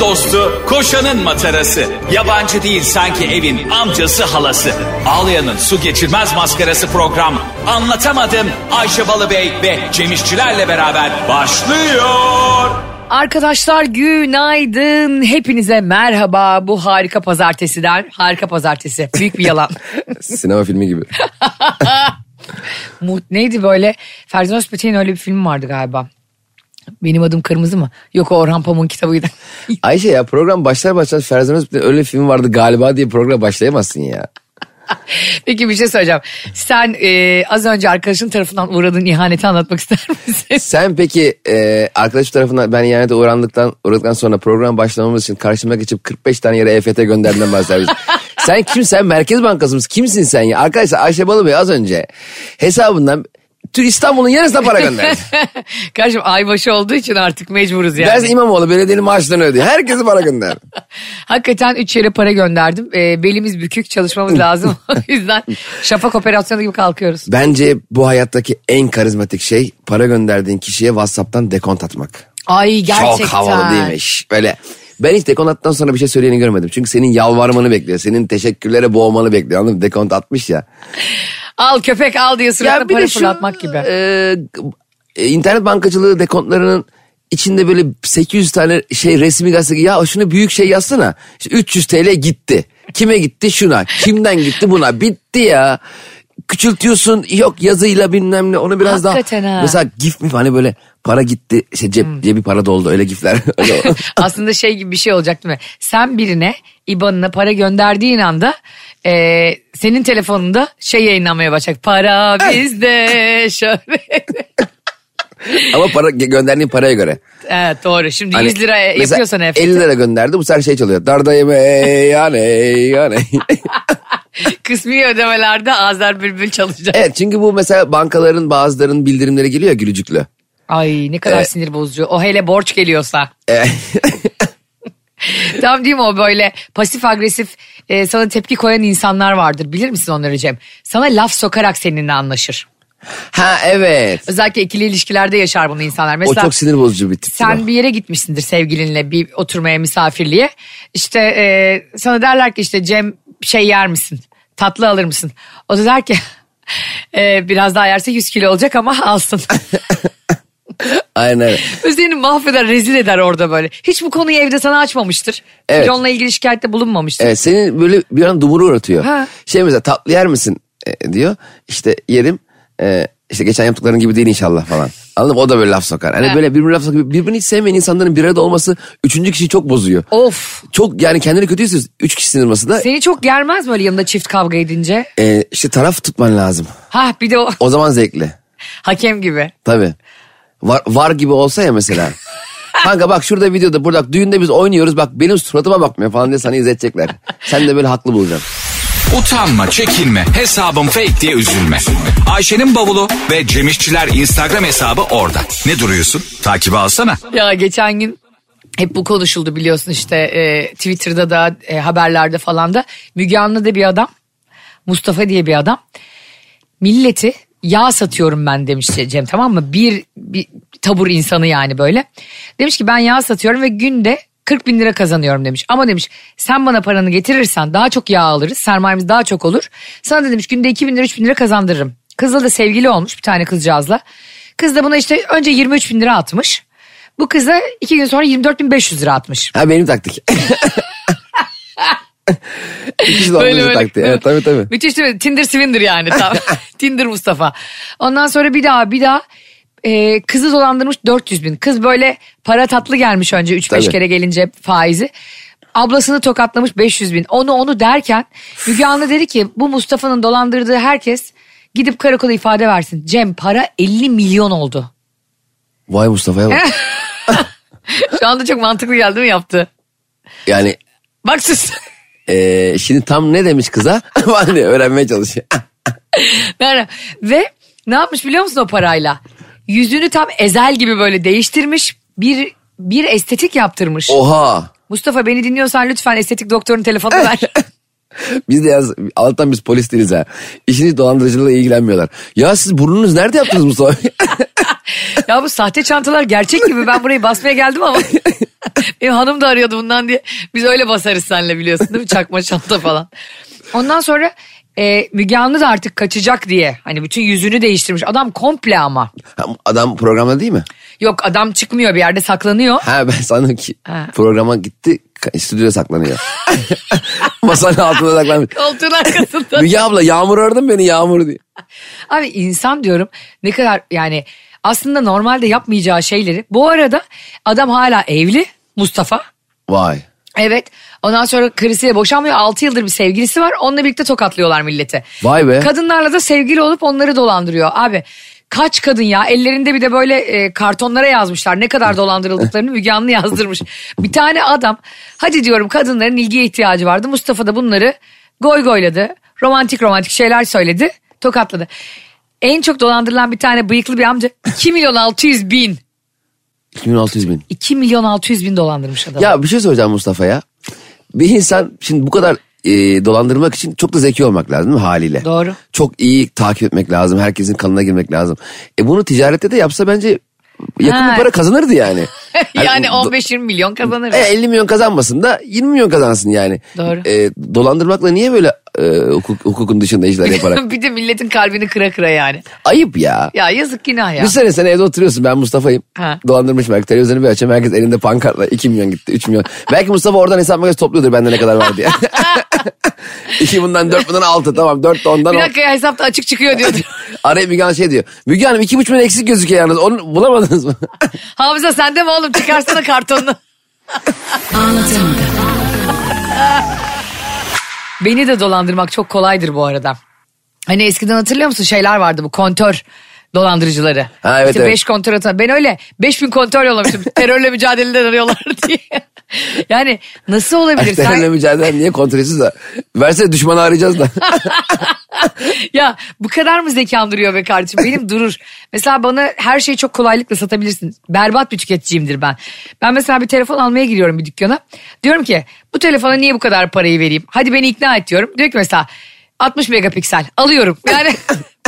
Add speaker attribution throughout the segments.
Speaker 1: dostu, koşanın matarası. Yabancı değil sanki evin amcası halası. Ağlayanın su geçirmez maskarası program. Anlatamadım Ayşe Balıbey ve Cemişçilerle beraber başlıyor.
Speaker 2: Arkadaşlar günaydın. Hepinize merhaba. Bu harika pazartesiden. Harika pazartesi. Büyük bir yalan.
Speaker 3: Sinema filmi gibi.
Speaker 2: Mu- Neydi böyle? Ferzan Özpetek'in öyle bir filmi vardı galiba. Benim adım kırmızı mı? Yok o Orhan Pamuk'un kitabıydı.
Speaker 3: Ayşe ya program başlar başlar Ferzan Özbek'in öyle film vardı galiba diye program başlayamazsın ya.
Speaker 2: Peki bir şey söyleyeceğim. Sen e, az önce arkadaşın tarafından uğradığın ihaneti anlatmak ister misin?
Speaker 3: Sen peki e, arkadaş tarafından ben ihanete uğrandıktan, uğradıktan sonra program başlamamız için karşıma geçip 45 tane yere EFT gönderdiğinden bahsediyorsun. sen kim sen Merkez Bankası mısın? Kimsin sen ya? Arkadaşlar Ayşe Balıbey az önce hesabından tüm İstanbul'un yarısına para gönderdi.
Speaker 2: Kardeşim aybaşı olduğu için artık mecburuz yani.
Speaker 3: Dersin İmamoğlu belediyenin maaşlarını ödüyor. Herkese para gönder.
Speaker 2: Hakikaten üç yere para gönderdim. E, belimiz bükük çalışmamız lazım. o yüzden şafak operasyonu gibi kalkıyoruz.
Speaker 3: Bence bu hayattaki en karizmatik şey para gönderdiğin kişiye WhatsApp'tan dekont atmak.
Speaker 2: Ay gerçekten.
Speaker 3: Çok havalı değilmiş. Böyle ben hiç dekont attıktan sonra bir şey söyleyeni görmedim. Çünkü senin yalvarmanı bekliyor. Senin teşekkürlere boğmanı bekliyor. Anladın mı? Dekont atmış ya.
Speaker 2: Al köpek al diye suratına para
Speaker 3: şu,
Speaker 2: fırlatmak gibi.
Speaker 3: e, e, internet bankacılığı dekontlarının içinde böyle 800 tane şey resmi gazete. Ya şunu büyük şey yazsana. İşte 300 TL gitti. Kime gitti? Şuna. Kimden gitti? Buna. Bitti ya. Küçültüyorsun yok yazıyla bilmem ne onu biraz
Speaker 2: Hakikaten
Speaker 3: daha
Speaker 2: ha. Hmm.
Speaker 3: mesela gif mi hani böyle para gitti işte cep cebi para doldu öyle gifler Öyle-
Speaker 2: Aslında şey gibi bir şey olacak değil mi? Sen birine IBAN'ına para gönderdiğin anda e, senin telefonunda şey yayınlanmaya başlayacak. Para bizde şöyle.
Speaker 3: Ama para gö- gönderdiğin paraya göre.
Speaker 2: evet doğru şimdi
Speaker 3: Hani
Speaker 2: 100 lira
Speaker 3: mesela
Speaker 2: yapıyorsan efekt.
Speaker 3: 50 lira gönderdi bu sefer şey çalıyor. Dardayım ey yani ey yani.
Speaker 2: Kısmi ödemelerde Azer Bülbül çalacak.
Speaker 3: evet çünkü bu mesela bankaların bazılarının bildirimleri geliyor ya gülücüklü.
Speaker 2: Ay ne kadar
Speaker 3: E-
Speaker 2: sinir bozucu. O hele borç geliyorsa.
Speaker 3: Ee,
Speaker 2: Tam değil mi o böyle pasif agresif e, sana tepki koyan insanlar vardır. Bilir misin onları Cem? Sana laf sokarak seninle anlaşır.
Speaker 3: ha evet.
Speaker 2: Özellikle ikili ilişkilerde yaşar bunu insanlar.
Speaker 3: O
Speaker 2: Mesela
Speaker 3: çok sinir bozucu bir tip.
Speaker 2: sen bir yere gitmişsindir sevgilinle bir oturmaya misafirliğe. İşte e, sana derler ki işte Cem şey yer misin? Tatlı alır mısın? O da der ki "E, biraz daha yerse 100 kilo olacak ama alsın.
Speaker 3: Aynen öyle.
Speaker 2: Üzerini mahveder rezil eder orada böyle. Hiç bu konuyu evde sana açmamıştır.
Speaker 3: Evet.
Speaker 2: Onunla ilgili şikayette bulunmamıştır.
Speaker 3: Evet, senin böyle bir an dumuru uğratıyor.
Speaker 2: Ha.
Speaker 3: Şey mesela tatlı yer misin E, diyor. İşte yerim. E, işte geçen yaptıkların gibi değil inşallah falan. Anladın mı? O da böyle laf sokar. Hani
Speaker 2: Ha.
Speaker 3: böyle birbirine laf sokar. Birbirini hiç sevmeyen insanların bir arada olması üçüncü kişiyi çok bozuyor.
Speaker 2: Of.
Speaker 3: Çok yani kendini kötü hissediyorsun. Üç kişi sinirması da
Speaker 2: Seni çok germez mi öyle yanında çift kavga edince?
Speaker 3: e, işte taraf tutman lazım.
Speaker 2: Ha bir de o
Speaker 3: O zaman zevkli.
Speaker 2: hakem gibi.
Speaker 3: Tabii. Var, var gibi olsa ya mesela. Kanka bak şurada videoda burada düğünde biz oynuyoruz bak benim suratıma bakmıyor falan diye sana izletecekler. Sen de böyle haklı bulacaksın.
Speaker 1: Utanma, çekinme, hesabım fake diye üzülme. Ayşe'nin bavulu ve Cemişçiler Instagram hesabı orada. Ne duruyorsun? Takibi alsana.
Speaker 2: Ya geçen gün hep bu konuşuldu biliyorsun işte e, Twitter'da da e, haberlerde falan da. Müge Anlı da bir adam Mustafa diye bir adam milleti yağ satıyorum ben demiş Cem tamam mı? Bir, bir tabur insanı yani böyle. Demiş ki ben yağ satıyorum ve günde 40 bin lira kazanıyorum demiş. Ama demiş sen bana paranı getirirsen daha çok yağ alırız. Sermayemiz daha çok olur. Sana da demiş günde 2 bin lira 3 bin lira kazandırırım. Kızla da sevgili olmuş bir tane kızcağızla. Kız da buna işte önce 23 bin lira atmış. Bu kıza iki gün sonra 24 bin 500 lira atmış.
Speaker 3: Ha benim taktik. İkisi de onun taktiği. Evet tabii tabii.
Speaker 2: Müthiş değil mi? Tinder Swinder yani. Tam. Tinder Mustafa. Ondan sonra bir daha bir daha e, kızı dolandırmış 400 bin. Kız böyle para tatlı gelmiş önce 3-5
Speaker 3: Tabii.
Speaker 2: kere gelince faizi. Ablasını tokatlamış 500 bin. Onu onu derken Müge Anlı dedi ki bu Mustafa'nın dolandırdığı herkes gidip karakola ifade versin. Cem para 50 milyon oldu.
Speaker 3: Vay Mustafa'ya bak.
Speaker 2: Şu anda çok mantıklı geldi mi yaptı?
Speaker 3: Yani
Speaker 2: Bak sus.
Speaker 3: e, şimdi tam ne demiş kıza? hani öğrenmeye çalışıyor.
Speaker 2: Yani ve ne yapmış biliyor musun o parayla? Yüzünü tam ezel gibi böyle değiştirmiş. Bir bir estetik yaptırmış.
Speaker 3: Oha.
Speaker 2: Mustafa beni dinliyorsan lütfen estetik doktorun telefonunu ver.
Speaker 3: Biz de yaz alttan biz polis değiliz ha. İşiniz dolandırıcılığıyla ilgilenmiyorlar. Ya siz burnunuz nerede yaptınız Mustafa?
Speaker 2: ya bu sahte çantalar gerçek gibi ben burayı basmaya geldim ama. Benim hanım da arıyordu bundan diye. Biz öyle basarız seninle biliyorsun değil mi? Çakma çanta falan. Ondan sonra e, Müge Anlı da artık kaçacak diye. Hani bütün yüzünü değiştirmiş. Adam komple ama.
Speaker 3: Ha, Adam programda değil mi?
Speaker 2: Yok adam çıkmıyor bir yerde saklanıyor.
Speaker 3: Ha ben sandım ki
Speaker 2: Ha.
Speaker 3: programa gitti ka- stüdyoda saklanıyor. Masanın altında saklanmış.
Speaker 2: Koltuğun arkasında.
Speaker 3: Müge abla yağmur aradın beni yağmur diye.
Speaker 2: Abi insan diyorum ne kadar yani aslında normalde yapmayacağı şeyleri. Bu arada adam hala evli Mustafa.
Speaker 3: Vay.
Speaker 2: Evet. Ondan sonra karısıyla boşanmıyor. 6 yıldır bir sevgilisi var. Onunla birlikte tokatlıyorlar millete.
Speaker 3: Vay be.
Speaker 2: Kadınlarla da sevgili olup onları dolandırıyor. Abi kaç kadın ya ellerinde bir de böyle e, kartonlara yazmışlar ne kadar dolandırıldıklarını Müge Anlı yazdırmış. Bir tane adam hadi diyorum kadınların ilgiye ihtiyacı vardı. Mustafa da bunları goy goyladı. Romantik romantik şeyler söyledi. Tokatladı. En çok dolandırılan bir tane bıyıklı bir amca 2 milyon 600 bin.
Speaker 3: 2600 bin.
Speaker 2: 2 milyon 600 bin dolandırmış adam.
Speaker 3: Ya bir şey soracağım Mustafa ya. Bir insan şimdi bu kadar e, dolandırmak için çok da zeki olmak lazım değil mi haliyle?
Speaker 2: Doğru.
Speaker 3: Çok iyi takip etmek lazım. Herkesin kanına girmek lazım. E bunu ticarette de yapsa bence yakın
Speaker 2: Ha.
Speaker 3: bir para kazanırdı yani.
Speaker 2: yani
Speaker 3: o-
Speaker 2: 15-20 milyon kazanır.
Speaker 3: E, 50 milyon kazanmasın da 20 milyon kazansın yani.
Speaker 2: Doğru.
Speaker 3: E, dolandırmakla niye böyle e, hukuk- hukukun dışında işler yaparak?
Speaker 2: bir de milletin kalbini kıra kıra yani.
Speaker 3: Ayıp ya.
Speaker 2: Ya yazık günah ya.
Speaker 3: Bir sene sen evde oturuyorsun ben Mustafa'yım.
Speaker 2: Ha.
Speaker 3: Dolandırmış belki televizyonu bir açayım herkes elinde pankartla 2 milyon gitti 3 milyon. belki Mustafa oradan hesap makas topluyordur bende ne kadar var diye. 2 bundan 4 bundan 6 tamam 4 de ondan
Speaker 2: Bir
Speaker 3: 10.
Speaker 2: dakika ya hesapta açık çıkıyor diyordu.
Speaker 3: Araya Müge Hanım şey diyor. Müge Hanım 2,5 milyon eksik gözüküyor yalnız onu bulamadınız mı?
Speaker 2: Hamza sende mi oğlum çıkarsana kartonunu. Beni de dolandırmak çok kolaydır bu arada. Hani eskiden hatırlıyor musun şeyler vardı bu kontör dolandırıcıları.
Speaker 3: Ha, evet,
Speaker 2: işte
Speaker 3: evet.
Speaker 2: beş kontör atan. Ben öyle beş bin kontör yollamıştım. Terörle mücadeleden arıyorlar diye. Yani nasıl olabilir? Sen-
Speaker 3: Terörle mücadele niye kontrolsüz da. Versene düşmanı arayacağız da.
Speaker 2: ya bu kadar mı zekam duruyor be kardeşim? Benim durur. Mesela bana her şeyi çok kolaylıkla satabilirsin. Berbat bir tüketiciyimdir ben. Ben mesela bir telefon almaya giriyorum bir dükkana. Diyorum ki bu telefona niye bu kadar parayı vereyim? Hadi beni ikna et diyorum. Diyor ki mesela 60 megapiksel alıyorum. Yani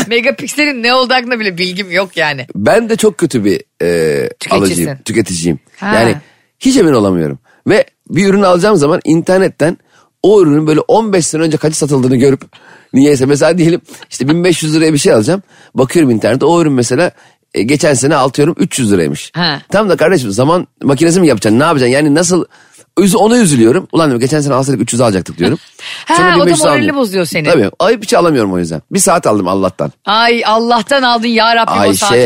Speaker 2: megapikselin ne olduğu hakkında bile bilgim yok yani.
Speaker 3: ben de çok kötü bir e,
Speaker 2: Tüketicisin.
Speaker 3: alıcıyım, tüketiciyim.
Speaker 2: Ha.
Speaker 3: Yani hiç emin olamıyorum. Ve bir ürün alacağım zaman internetten o ürünün böyle 15 sene önce kaç satıldığını görüp niyeyse mesela diyelim işte 1500 liraya bir şey alacağım. Bakıyorum internette o ürün mesela e, geçen sene altıyorum 300 liraymış.
Speaker 2: Ha.
Speaker 3: Tam da kardeşim zaman makinesi mi yapacaksın ne yapacaksın yani nasıl üz- ona üzülüyorum. Ulan diyorum, geçen sene alsaydık 300 alacaktık diyorum.
Speaker 2: Ha, o da
Speaker 3: 1500
Speaker 2: moralini
Speaker 3: almıyorum.
Speaker 2: bozuyor seni.
Speaker 3: Tabii ayıp bir şey alamıyorum o yüzden. Bir saat aldım Allah'tan.
Speaker 2: Ay Allah'tan aldın ya Rabbim o
Speaker 3: Ayşe.
Speaker 2: saatte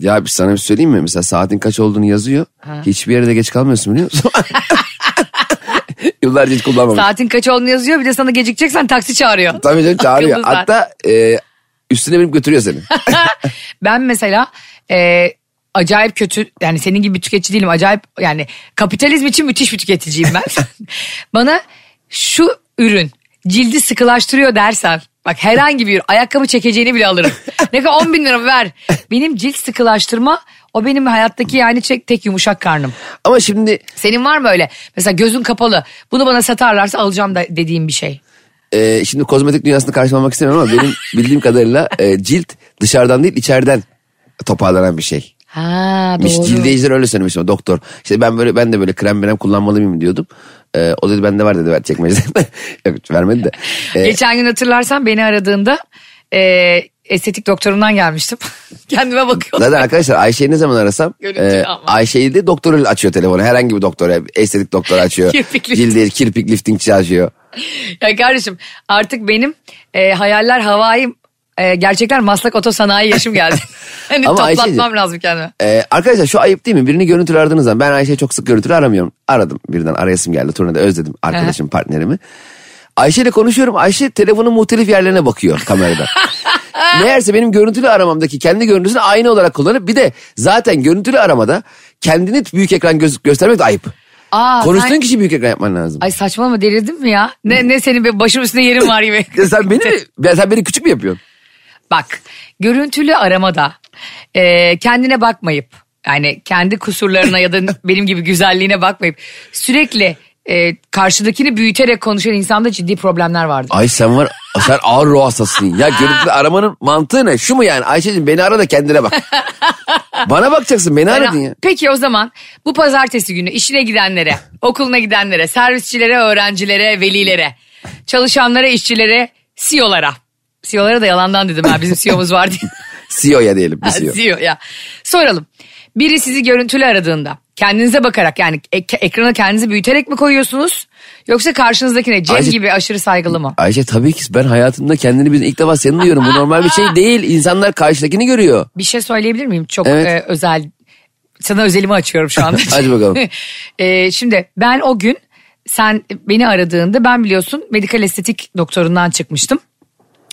Speaker 2: ya.
Speaker 3: bir sana bir söyleyeyim mi? Mesela saatin kaç olduğunu yazıyor. Hiçbir yere de geç kalmıyorsun biliyor musun? Yıllarca hiç kullanmamış.
Speaker 2: Saatin kaç olduğunu yazıyor bir de sana gecikeceksen taksi çağırıyor.
Speaker 3: Tabii canım çağırıyor.
Speaker 2: Akıllı saat.
Speaker 3: Hatta e, üstüne binip götürüyor seni.
Speaker 2: ben mesela e, acayip kötü yani senin gibi bir tüketici değilim. Acayip yani kapitalizm için müthiş bir tüketiciyim ben. Bana şu ürün cildi sıkılaştırıyor dersen bak herhangi bir ürün, ayakkabı çekeceğini bile alırım. Ne kadar 10 bin lira mı ver. Benim cilt sıkılaştırma o benim hayattaki yani tek, tek yumuşak karnım.
Speaker 3: Ama şimdi
Speaker 2: Senin var mı öyle? Mesela gözün kapalı. Bunu bana satarlarsa alacağım da dediğim bir şey.
Speaker 3: e, şimdi kozmetik dünyasını karşılamak istemiyorum ama benim bildiğim kadarıyla e, cilt dışarıdan değil içeriden toparlanan bir şey.
Speaker 2: Ha
Speaker 3: Miş-
Speaker 2: doğru.
Speaker 3: Cildeyiciler öyle söylemiş ama doktor. İşte ben böyle ben de böyle krem krem kullanmalı mıyım diyordum. E, o dedi bende var dedi ver çekmeceden. Yok vermedi de. E,
Speaker 2: Geçen gün hatırlarsan beni aradığında e, estetik doktorumdan gelmiştim. Kendime bakıyordum.
Speaker 3: Zaten arkadaşlar Ayşe'yi ne zaman arasam
Speaker 2: Görüntülü
Speaker 3: e,
Speaker 2: ama.
Speaker 3: Ayşe'yi de doktor açıyor telefonu. Herhangi bir doktor estetik doktor açıyor.
Speaker 2: Kirpik lifting.
Speaker 3: Cildi kirpik liftingçi açıyor.
Speaker 2: Ya kardeşim artık benim e, hayaller havai e, gerçekler maslak otosanayi yaşım geldi. hani
Speaker 3: Ama
Speaker 2: toplatmam
Speaker 3: Ayşe'cim-
Speaker 2: lazım kendime.
Speaker 3: E, arkadaşlar şu ayıp değil mi? Birini görüntülü aradığınız zaman ben Ayşe'yi çok sık görüntülü aramıyorum. Aradım birden arayasım geldi. Turnede özledim arkadaşım partnerimi. Ayşe'yle konuşuyorum. Ayşe telefonun muhtelif yerlerine bakıyor kamerada. Meğerse benim görüntülü aramamdaki kendi görüntüsünü aynı olarak kullanıp bir de zaten görüntülü aramada kendini büyük ekran göz- göstermek de ayıp.
Speaker 2: Aa,
Speaker 3: Konuştuğun
Speaker 2: sen-
Speaker 3: kişi büyük ekran yapman lazım.
Speaker 2: Ay saçmalama delirdin mi ya? Ne, ne senin be- başım üstünde yerin var gibi.
Speaker 3: Ya sen beni mi, ya sen beni küçük mü yapıyorsun?
Speaker 2: Bak görüntülü aramada e, kendine bakmayıp yani kendi kusurlarına ya da benim gibi güzelliğine bakmayıp sürekli e, karşıdakini büyüterek konuşan insanda ciddi problemler vardır.
Speaker 3: Ay sen var sen ağır ruh hastasın. Ya görüntülü aramanın mantığı ne? Şu mu yani Ayşe'cim beni ara da kendine bak. Bana bakacaksın beni aradın ya.
Speaker 2: Peki o zaman bu pazartesi günü işine gidenlere, okuluna gidenlere, servisçilere, öğrencilere, velilere, çalışanlara, işçilere, E CEO'lara. CEO'lara da yalandan dedim ha bizim CEO'muz var diye.
Speaker 3: CEO'ya E diyelim bir CEO.
Speaker 2: CEO ya. Soralım. Biri sizi görüntülü aradığında kendinize bakarak yani ek- ekrana kendinizi büyüterek mi koyuyorsunuz? Yoksa karşınızdakine Cem
Speaker 3: Ayşe-
Speaker 2: gibi aşırı saygılı mı?
Speaker 3: Ayşe tabii ki ben hayatımda kendini bir ilk defa senin duyuyorum. Bu normal bir şey değil. İnsanlar karşıdakini görüyor.
Speaker 2: Bir şey söyleyebilir miyim? Çok
Speaker 3: Evet.
Speaker 2: e, özel. Sana özelimi açıyorum şu anda.
Speaker 3: Hadi bakalım.
Speaker 2: E, şimdi ben o gün sen beni aradığında ben biliyorsun medikal estetik doktorundan çıkmıştım.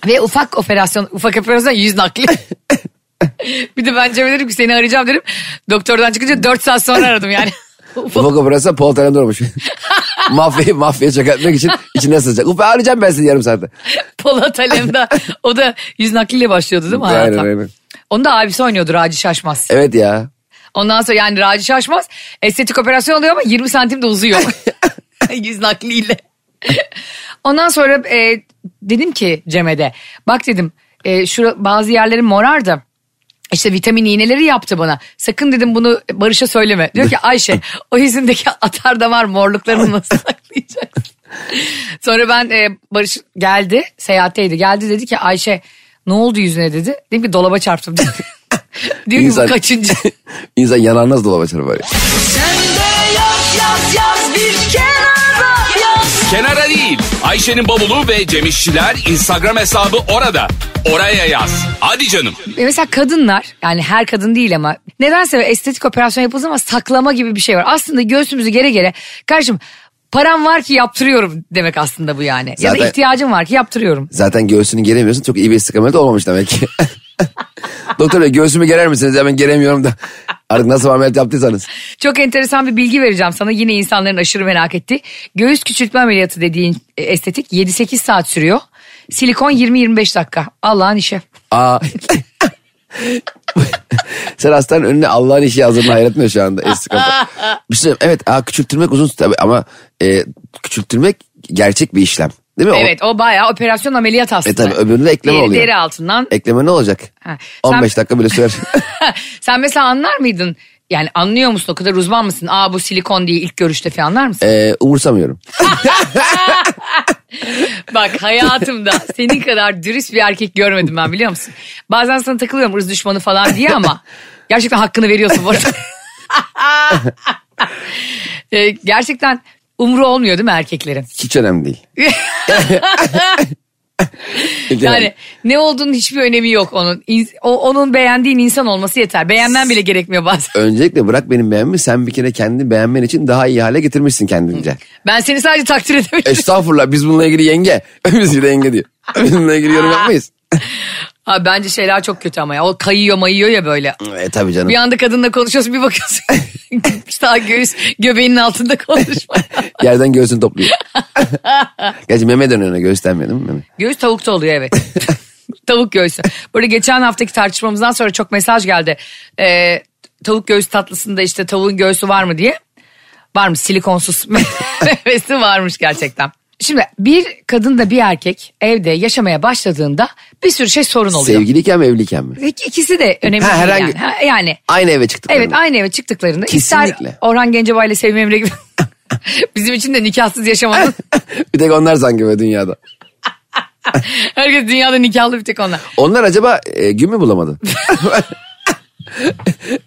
Speaker 2: Ve ufak operasyon, ufak operasyon yüz nakli. bir de ben Cem'e dedim ki seni arayacağım dedim. Doktordan çıkınca 4 saat sonra aradım yani. Ufak-
Speaker 3: Ufak operasyon Paul Tanrı'nda olmuş. mafyayı mafyaya çakatmak için içine sızacak. Ufa arayacağım ben seni yarım saatte.
Speaker 2: Polat Alemdar. O da yüz nakliyle başlıyordu değil mi
Speaker 3: Aynen,
Speaker 2: hayata?
Speaker 3: aynen.
Speaker 2: Onu da abisi oynuyordu Raci Şaşmaz.
Speaker 3: Evet ya.
Speaker 2: Ondan sonra yani Raci Şaşmaz estetik operasyon oluyor ama 20 santim de uzuyor. yüz nakliyle. Ondan sonra e, dedim ki Cem'e de bak dedim e, şura, bazı yerlerim morardı. İşte vitamin iğneleri yaptı bana. Sakın dedim bunu Barış'a söyleme. Diyor ki Ayşe o yüzündeki atar da var morluklarını nasıl saklayacaksın? Sonra ben e, Barış geldi seyahatteydi. Geldi dedi ki Ayşe ne oldu yüzüne dedi. Dedim ki dolaba çarptım dedi. Diyor ki bu
Speaker 3: İnsan-
Speaker 2: kaçıncı?
Speaker 3: İnsan yanarnaz dolaba çarpar. böyle.
Speaker 1: Kenara değil. Ayşe'nin bavulu ve Cemişçiler Instagram hesabı orada. Oraya yaz. Hadi canım.
Speaker 2: E, Mesela kadınlar yani her kadın değil ama nedense estetik operasyon yapıldığı ama saklama gibi bir şey var. Aslında göğsümüzü gere gere karşım param var ki yaptırıyorum demek aslında bu yani. ya da
Speaker 3: Zaten-
Speaker 2: ihtiyacım var ki yaptırıyorum.
Speaker 3: Zaten göğsünü geremiyorsun. Çok iyi bir istikamet olmamış demek ki. Doktor bey göğsümü gerer misiniz? Ya ben geremiyorum da. Artık nasıl bir ameliyat yaptıysanız.
Speaker 2: Çok enteresan bir bilgi vereceğim sana yine insanların aşırı merak ettiği. Göğüs küçültme ameliyatı dediğin e, estetik 7-8 saat sürüyor. Silikon 20-25 dakika. Allah'ın işi.
Speaker 3: Aa. Sen hastanın önüne Allah'ın işi yazdığını hayretmiyor şu anda istikamet. Bir şey söyleyeyim. evet aa, küçültülmek uzun tabii ama e, küçültülmek gerçek bir işlem. Değil mi? O-
Speaker 2: Evet o bayağı operasyon ameliyat
Speaker 3: E
Speaker 2: aslında.
Speaker 3: tabii öbüründe ekleme
Speaker 2: Yeri
Speaker 3: oluyor.
Speaker 2: Deri altından
Speaker 3: Ekleme ne olacak?
Speaker 2: Ha, sen-
Speaker 3: 15 dakika bile sürer.
Speaker 2: Sen mesela anlar mıydın? Yani anlıyor musun o kadar uzman mısın? Aa bu silikon diye ilk görüşte falan anlar mısın?
Speaker 3: Ee, umursamıyorum.
Speaker 2: Bak hayatımda senin kadar dürüst bir erkek görmedim ben biliyor musun? Bazen sana takılıyorum ırz düşmanı falan diye ama gerçekten hakkını veriyorsun bu arada. Ee, gerçekten umru olmuyor değil mi erkeklerin?
Speaker 3: Hiç önemli değil. Hiç
Speaker 2: Yani
Speaker 3: önemli.
Speaker 2: ne olduğunun hiçbir önemi yok onun. İn- o- onun beğendiğin insan olması yeter. Beğenmen bile gerekmiyor bazen.
Speaker 3: Öncelikle bırak benim beğenmi. Sen bir kere kendini beğenmen için daha iyi hale getirmişsin kendince.
Speaker 2: Ben seni sadece takdir edebilirim.
Speaker 3: Estağfurullah biz bununla ilgili yenge. biz bir de yenge diyor. Biz bununla ilgili yorum yapmayız.
Speaker 2: Abi bence şeyler çok kötü ama ya. O kayıyor mayıyor ya böyle.
Speaker 3: E tabii canım.
Speaker 2: Bir anda kadınla konuşuyorsun bir bakıyorsun. Daha göğüs göbeğinin altında konuşma.
Speaker 3: Yerden göğsünü topluyor. Gerçi meme dönüyor göğüstenmiyor değil mi? Meme.
Speaker 2: Göğüs tavukta oluyor evet. tavuk göğsü. Böyle geçen haftaki tartışmamızdan sonra çok mesaj geldi. Ee, tavuk göğüs tatlısında işte tavuğun göğsü var mı diye. Varmış silikonsuz meyvesi varmış gerçekten. Şimdi bir kadınla bir erkek evde yaşamaya başladığında bir sürü şey sorun oluyor.
Speaker 3: Sevgiliyken mi evliyken mi?
Speaker 2: İki- İkisi de önemli
Speaker 3: Ha,
Speaker 2: değil
Speaker 3: herhangi-
Speaker 2: yani. Ha, yani
Speaker 3: Aynı eve çıktık.
Speaker 2: Evet aynı eve çıktıklarında ister
Speaker 3: Kesinlikle.
Speaker 2: Orhan Gencebay ile Sevim Emre gibi bizim için de nikahsız yaşamanın
Speaker 3: bir tek onlar sanki böyle dünyada.
Speaker 2: herkes dünyada nikahlı bir tek onlar.
Speaker 3: Onlar acaba e, gün mü bulamadı?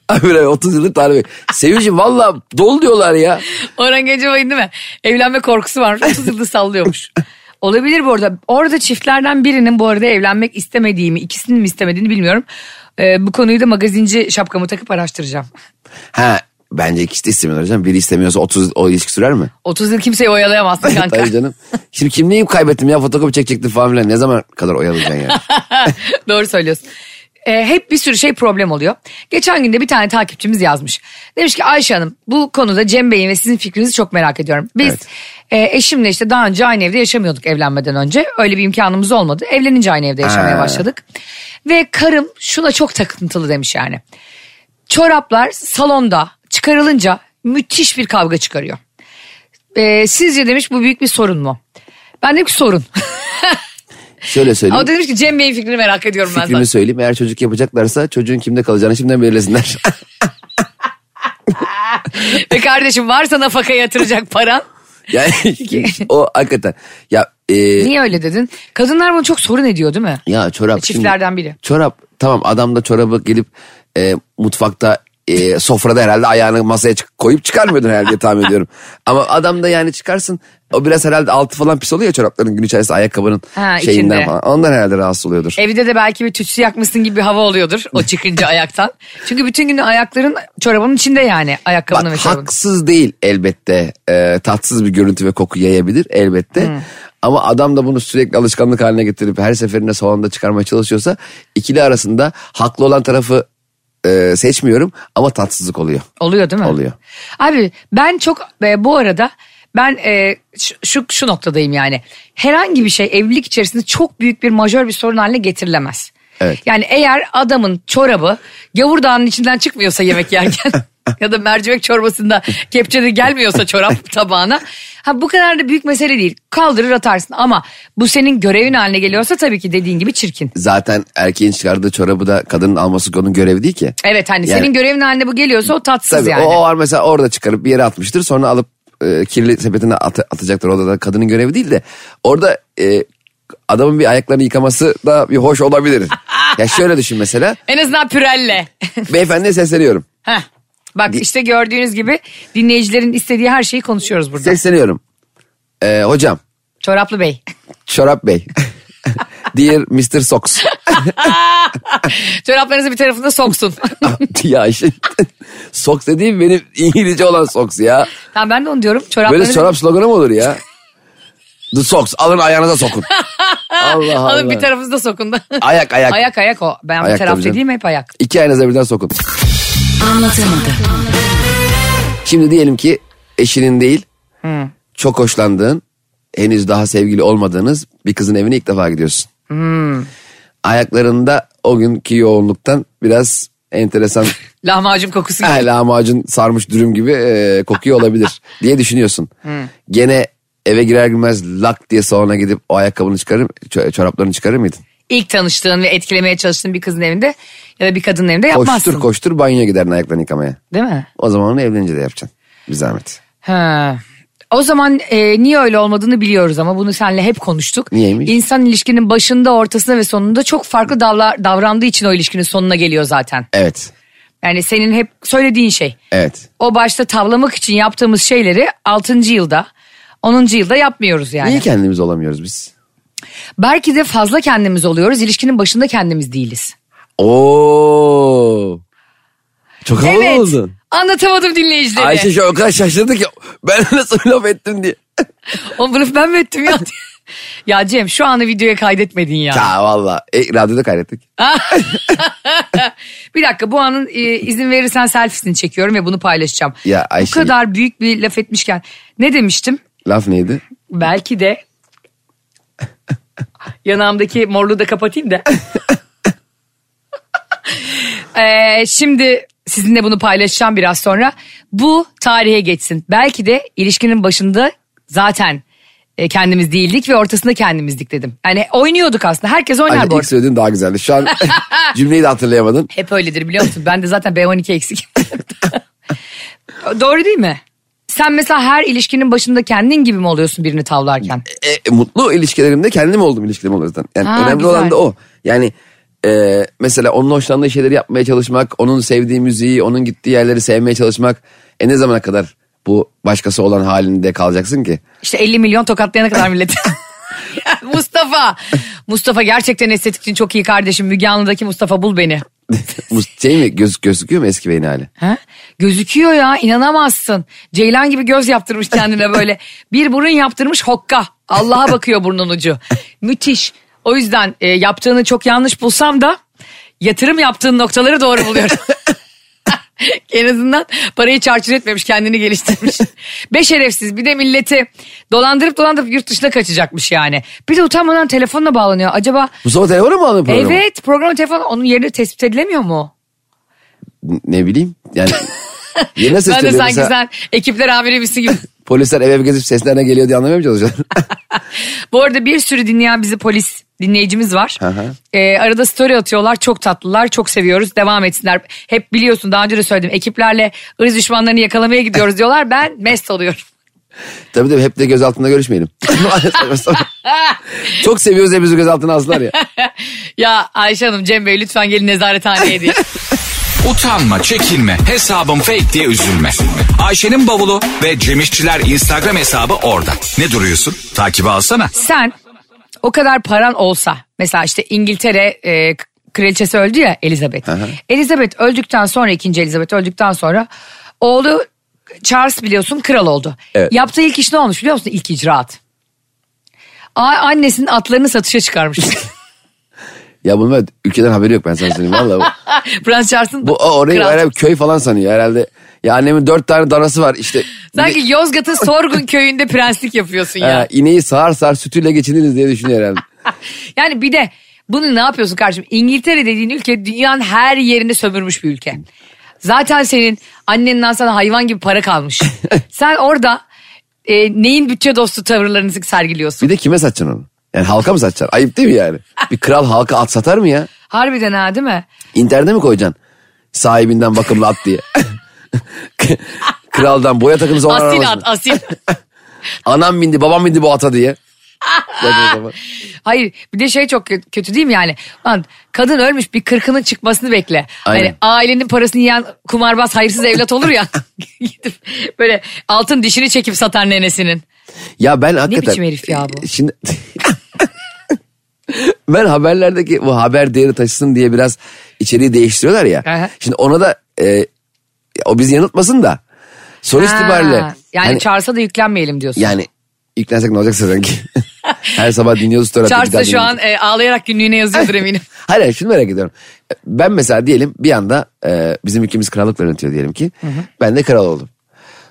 Speaker 3: Abi böyle 30 yıllık tarihi. Sevinç'im valla dol diyorlar ya.
Speaker 2: Orhan Gencebay'ın değil mi? Evlenme korkusu varmış 30 yıldır sallıyormuş. Olabilir bu arada. Orada çiftlerden birinin bu arada evlenmek istemediğimi, ikisinin mi istemediğini bilmiyorum. Ee, bu konuyu da magazinci şapkamı takıp araştıracağım.
Speaker 3: Ha bence ikisi de istemiyorlar hocam. Biri istemiyorsa 30 o ilişki sürer mi?
Speaker 2: 30 yıl kimseyi oyalayamazsın kanka.
Speaker 3: Tabii canım. Şimdi kimliğimi kaybettim ya fotokopi çekecektim falan filan. Ne zaman kadar oyalayacaksın yani?
Speaker 2: Doğru söylüyorsun. Ee, hep bir sürü şey problem oluyor. Geçen günde bir tane takipçimiz yazmış. Demiş ki Ayşe Hanım bu konuda Cem Bey'in ve sizin fikrinizi çok merak ediyorum. Biz
Speaker 3: Evet.
Speaker 2: e, eşimle işte daha önce aynı evde yaşamıyorduk evlenmeden önce. Öyle bir imkanımız olmadı. Evlenince aynı evde yaşamaya
Speaker 3: Ha.
Speaker 2: başladık. Ve karım şuna çok takıntılı demiş yani. Çoraplar salonda çıkarılınca müthiş bir kavga çıkarıyor. Ee, sizce demiş bu büyük bir sorun mu? Ben dedim ki sorun.
Speaker 3: Şöyle söyleyeyim.
Speaker 2: Ama demiş ki Cem Bey'in fikrini merak ediyorum ben
Speaker 3: Fikrimi söyleyeyim. Eğer çocuk yapacaklarsa çocuğun kimde kalacağını şimdiden belirlesinler.
Speaker 2: zaten. Ve kardeşim varsa nafaka yatıracak paran.
Speaker 3: yani o hakikaten. Ya e,
Speaker 2: Niye öyle dedin? Kadınlar bunu çok sorun ediyor değil mi?
Speaker 3: ya çorap. şimdi-
Speaker 2: Çiftlerden biri.
Speaker 3: Çorap tamam adam da çorabı gelip e, mutfakta e, sofrada herhalde ayağını masaya çık- koyup çıkarmıyordun herhalde diye tahmin ediyorum. Ama adam da yani çıkarsın o biraz herhalde altı falan pis oluyor ya çorapların gün içerisinde ayakkabının
Speaker 2: Ha,
Speaker 3: şeyinden
Speaker 2: içinde.
Speaker 3: falan. Ondan herhalde rahatsız oluyordur.
Speaker 2: Evde de belki bir tütsü yakmışsın gibi bir hava oluyordur o çıkınca ayaktan. Çünkü bütün gün ayakların çorabının içinde yani ayakkabının ve
Speaker 3: Bak,
Speaker 2: çorabının.
Speaker 3: haksız değil elbette. Ee, tatsız bir görüntü ve koku yayabilir elbette. Ama adam da bunu sürekli alışkanlık haline getirip her seferinde salonda çıkarmaya çalışıyorsa ikili arasında haklı olan tarafı e, seçmiyorum ama tatsızlık oluyor.
Speaker 2: Oluyor değil mi?
Speaker 3: Oluyor.
Speaker 2: Abi ben çok e, bu arada ben e, şu, şu şu noktadayım yani. Herhangi bir şey evlilik içerisinde çok büyük bir majör bir sorun haline getirilemez.
Speaker 3: Evet.
Speaker 2: Yani eğer adamın çorabı gavurdağının içinden çıkmıyorsa yemek yerken ya da mercimek çorbasında kepçede gelmiyorsa çorap tabağına ha bu kadar da büyük mesele değil. Kaldırır atarsın ama bu senin görevin haline geliyorsa tabii ki dediğin gibi çirkin.
Speaker 3: Zaten erkeğin çıkardığı çorabı da kadının alması onun görevi değil ki.
Speaker 2: Evet hani
Speaker 3: Yani-
Speaker 2: senin görevin haline bu geliyorsa o tatsız
Speaker 3: Tabii
Speaker 2: yani.
Speaker 3: o, o var mesela orada çıkarıp bir yere atmıştır sonra alıp e, kirli sepetine at, atacaklar. Orada da kadının görevi değil de orada e, adamın bir ayaklarını yıkaması da bir hoş olabilir. ya şöyle düşün mesela
Speaker 2: En azından pürelle.
Speaker 3: Beyefendiye sesleniyorum.
Speaker 2: Heh. Bak işte gördüğünüz gibi dinleyicilerin istediği her şeyi konuşuyoruz burada.
Speaker 3: Sesleniyorum. Ee, hocam,
Speaker 2: Çoraplı Bey.
Speaker 3: Çorap Bey. Dear Mr. Socks.
Speaker 2: Çoraplarınızı bir tarafında soksun.
Speaker 3: ya işte Socks dediğim benim İngilizce olan Socks ya.
Speaker 2: tamam ben de onu diyorum. Çoraplarınızı
Speaker 3: Böyle çorap sloganı mı olur ya? The Socks. Alın ayağınıza sokun. Allah Allah.
Speaker 2: alın bir tarafınızda sokun da.
Speaker 3: Ayak, ayak.
Speaker 2: ayak ayak o. Ben
Speaker 3: Ayak
Speaker 2: bir
Speaker 3: tabii
Speaker 2: taraf
Speaker 3: canım.
Speaker 2: dediğim hep ayak.
Speaker 3: İki ayağınıza birden sokun.
Speaker 2: Anlatamadım.
Speaker 3: Şimdi diyelim ki eşinin değil çok hoşlandığın henüz daha sevgili olmadığınız bir kızın evine ilk defa gidiyorsun. Ayaklarında o günkü yoğunluktan biraz enteresan
Speaker 2: Lahmacun kokusu gibi.
Speaker 3: eh, lahmacun sarmış dürüm gibi eh, kokuyor olabilir diye düşünüyorsun. Gene eve girer girmez lak diye salona gidip o ayakkabını çıkarır ço- çoraplarını çıkarır mıydın?
Speaker 2: İlk tanıştığın ve etkilemeye çalıştığın bir kızın evinde ya da bir kadının evinde yapmazsın.
Speaker 3: Koştur koştur banyoya giderdin ayaklarını yıkamaya.
Speaker 2: Değil mi?
Speaker 3: O zaman onu evlenince de yapacaksın. Bir zahmet.
Speaker 2: Ha. O zaman e, niye öyle olmadığını biliyoruz ama bunu seninle hep konuştuk.
Speaker 3: Niyeymiş?
Speaker 2: İnsan ilişkinin başında, ortasında ve sonunda çok farklı davla- davrandığı için o ilişkinin sonuna geliyor zaten.
Speaker 3: Evet.
Speaker 2: Yani senin hep söylediğin şey.
Speaker 3: Evet.
Speaker 2: O başta tavlamak için yaptığımız şeyleri 6. yılda, 10. yılda yapmıyoruz yani.
Speaker 3: Niye kendimiz olamıyoruz biz?
Speaker 2: Belki de fazla kendimiz oluyoruz. ilişkinin başında kendimiz değiliz.
Speaker 3: Oo. Çok havalı
Speaker 2: evet.
Speaker 3: oldun.
Speaker 2: Anlatamadım dinleyicilere.
Speaker 3: Ayşe şu an o kadar şaşırdı ki ben nasıl laf ettim diye.
Speaker 2: Oğlum bunu ben mi ettim ya? ya Cem şu anı videoya kaydetmedin ya.
Speaker 3: Ya valla e, radyoda kaydettik.
Speaker 2: Bir dakika bu anın e, izin verirsen selfiesini çekiyorum ve bunu paylaşacağım.
Speaker 3: Ya Ayşe-
Speaker 2: Bu kadar büyük bir laf etmişken ne demiştim?
Speaker 3: Laf neydi?
Speaker 2: Belki de yanağımdaki morluğu da kapatayım da. Ee, şimdi sizinle bunu paylaşacağım biraz sonra. Bu tarihe geçsin. Belki de ilişkinin başında zaten e, kendimiz değildik ve ortasında kendimizdik dedim. Yani oynuyorduk aslında. Herkes oynar
Speaker 3: Ayşe
Speaker 2: bu
Speaker 3: ilk
Speaker 2: arada.
Speaker 3: söylediğin daha güzeldi. Şu an cümleyi de hatırlayamadın.
Speaker 2: Hep öyledir biliyor musun? Ben de zaten B12 eksik. Doğru değil mi? Sen mesela her ilişkinin başında kendin gibi mi oluyorsun birini tavlarken?
Speaker 3: E, e, mutlu ilişkilerimde kendim oldum ilişkilerim o yüzden. Yani
Speaker 2: Ha,
Speaker 3: önemli
Speaker 2: güzel.
Speaker 3: olan da o. Yani e, mesela onun hoşlandığı şeyleri yapmaya çalışmak, onun sevdiği müziği, onun gittiği yerleri sevmeye çalışmak. E ne zamana kadar bu başkası olan halinde kalacaksın ki?
Speaker 2: İşte 50 milyon tokatlayana kadar millet. Mustafa. Mustafa gerçekten estetik için çok iyi kardeşim. Müge Anlı'daki Mustafa bul beni.
Speaker 3: Bu şey mi göz, gözüküyor mu eski beyni hali?
Speaker 2: Ha? Gözüküyor ya inanamazsın. Ceylan gibi göz yaptırmış kendine böyle. Bir burun yaptırmış hokka. Allah'a bakıyor burnun ucu. Müthiş. O yüzden e, yaptığını çok yanlış bulsam da yatırım yaptığın noktaları doğru buluyorum. en azından parayı çarçur etmemiş kendini geliştirmiş. Be şerefsiz bir de milleti dolandırıp dolandırıp yurt dışına kaçacakmış yani. Bir de utanmadan telefonla bağlanıyor. Acaba
Speaker 3: Mustafa telefonu mu aldın programı?
Speaker 2: evet programın telefonu onun yerini tespit edilemiyor mu?
Speaker 3: N- ne bileyim yani
Speaker 2: Ben
Speaker 3: yerine
Speaker 2: de
Speaker 3: sesleniyor
Speaker 2: sanki
Speaker 3: mesela.
Speaker 2: sen ekipler amiri birisi gibi
Speaker 3: Polisler ev ev gezip seslerine geliyor diye anlamıyor mu çalışıyorlar?
Speaker 2: Bu arada bir sürü dinleyen bizi polis dinleyicimiz var.
Speaker 3: hı.
Speaker 2: Ee, arada story atıyorlar. Çok tatlılar. Çok seviyoruz. Devam etsinler. Hep biliyorsun daha önce de söyledim. Ekiplerle ırz düşmanlarını yakalamaya gidiyoruz diyorlar. Ben mest oluyorum.
Speaker 3: tabii tabii hep de gözaltında görüşmeyelim. Çok seviyoruz hep bizi gözaltına aslar ya.
Speaker 2: Ya Ayşe Hanım Cem Bey lütfen gelin nezarethaneye diye.
Speaker 1: Utanma, çekinme, hesabım fake diye üzülme. Ayşe'nin bavulu ve Cemişçiler Instagram hesabı orada. Ne duruyorsun? Takibi alsana.
Speaker 2: Sen o kadar paran olsa mesela işte İngiltere e, k- kraliçesi öldü ya Elizabeth. Elizabeth öldükten sonra ikinci Elizabeth öldükten sonra oğlu Charles biliyorsun kral oldu.
Speaker 3: Evet.
Speaker 2: Yaptığı ilk iş ne olmuş biliyor musun? İlk icraat. A- annesinin atlarını satışa çıkarmış.
Speaker 3: Ya bunun böyle ülkeden haberi yok ben sana söyleyeyim. Valla bu-
Speaker 2: Prens Charles'ın
Speaker 3: bu o orayı
Speaker 2: kral.
Speaker 3: herhalde köy falan sanıyor herhalde. Ya annemin dört tane danası var işte. Bir de-
Speaker 2: Sanki Yozgat'ın Sorgun köyünde prenslik yapıyorsun ya.
Speaker 3: Ha, ineği sağar sağar sütüyle geçiniriz diye düşünüyor herhalde.
Speaker 2: Yani bir de bunu ne yapıyorsun kardeşim? İngiltere dediğin ülke dünyanın her yerini sömürmüş bir ülke. Zaten senin annenden sana hayvan gibi para kalmış. Sen orada e, neyin bütçe dostu tavırlarını sergiliyorsun?
Speaker 3: Bir de kime satacaksın onu? Yani halka mı satacaksın? Ayıp değil mi yani? Bir kral halka at satar mı ya?
Speaker 2: Harbiden ha değil mi?
Speaker 3: İnternete mi koyacaksın? Sahibinden bakımlı at diye. Kraldan boya takımı sonra
Speaker 2: Asil at
Speaker 3: aramasın.
Speaker 2: asil.
Speaker 3: Anam bindi babam bindi bu ata diye.
Speaker 2: Hayır bir de şey çok kö- kötü değil mi yani? Lan kadın ölmüş bir kırkının çıkmasını bekle. Hani
Speaker 3: Aynen.
Speaker 2: ailenin parasını yiyen kumarbaz hayırsız evlat olur ya. Gidip böyle altın dişini çekip satar nenesinin.
Speaker 3: ya ben hakikaten.
Speaker 2: biçim herif ya bu?
Speaker 3: E, Şimdi... ben haberlerdeki bu haber değeri taşısın diye biraz içeriği değiştiriyorlar ya.
Speaker 2: Aha.
Speaker 3: Şimdi ona da e, o bizi yanıltmasın da. Sonuç
Speaker 2: Ha,
Speaker 3: itibariyle.
Speaker 2: Yani,
Speaker 3: hani-
Speaker 2: Charles'a da yüklenmeyelim diyorsun.
Speaker 3: Yani yüklensek ne olacak sanki? Her sabah dinliyoruz story atıyor, bir Eh.
Speaker 2: Charles da
Speaker 3: daha
Speaker 2: şu an
Speaker 3: dinleyeceğiz.
Speaker 2: e, ağlayarak günlüğüne yazıyordur eminim.
Speaker 3: Hayır hayır, şunu merak ediyorum. Ben mesela diyelim bir anda e, bizim ülkemiz krallıkla yönetiyor diyelim ki. Ben de kral oldum.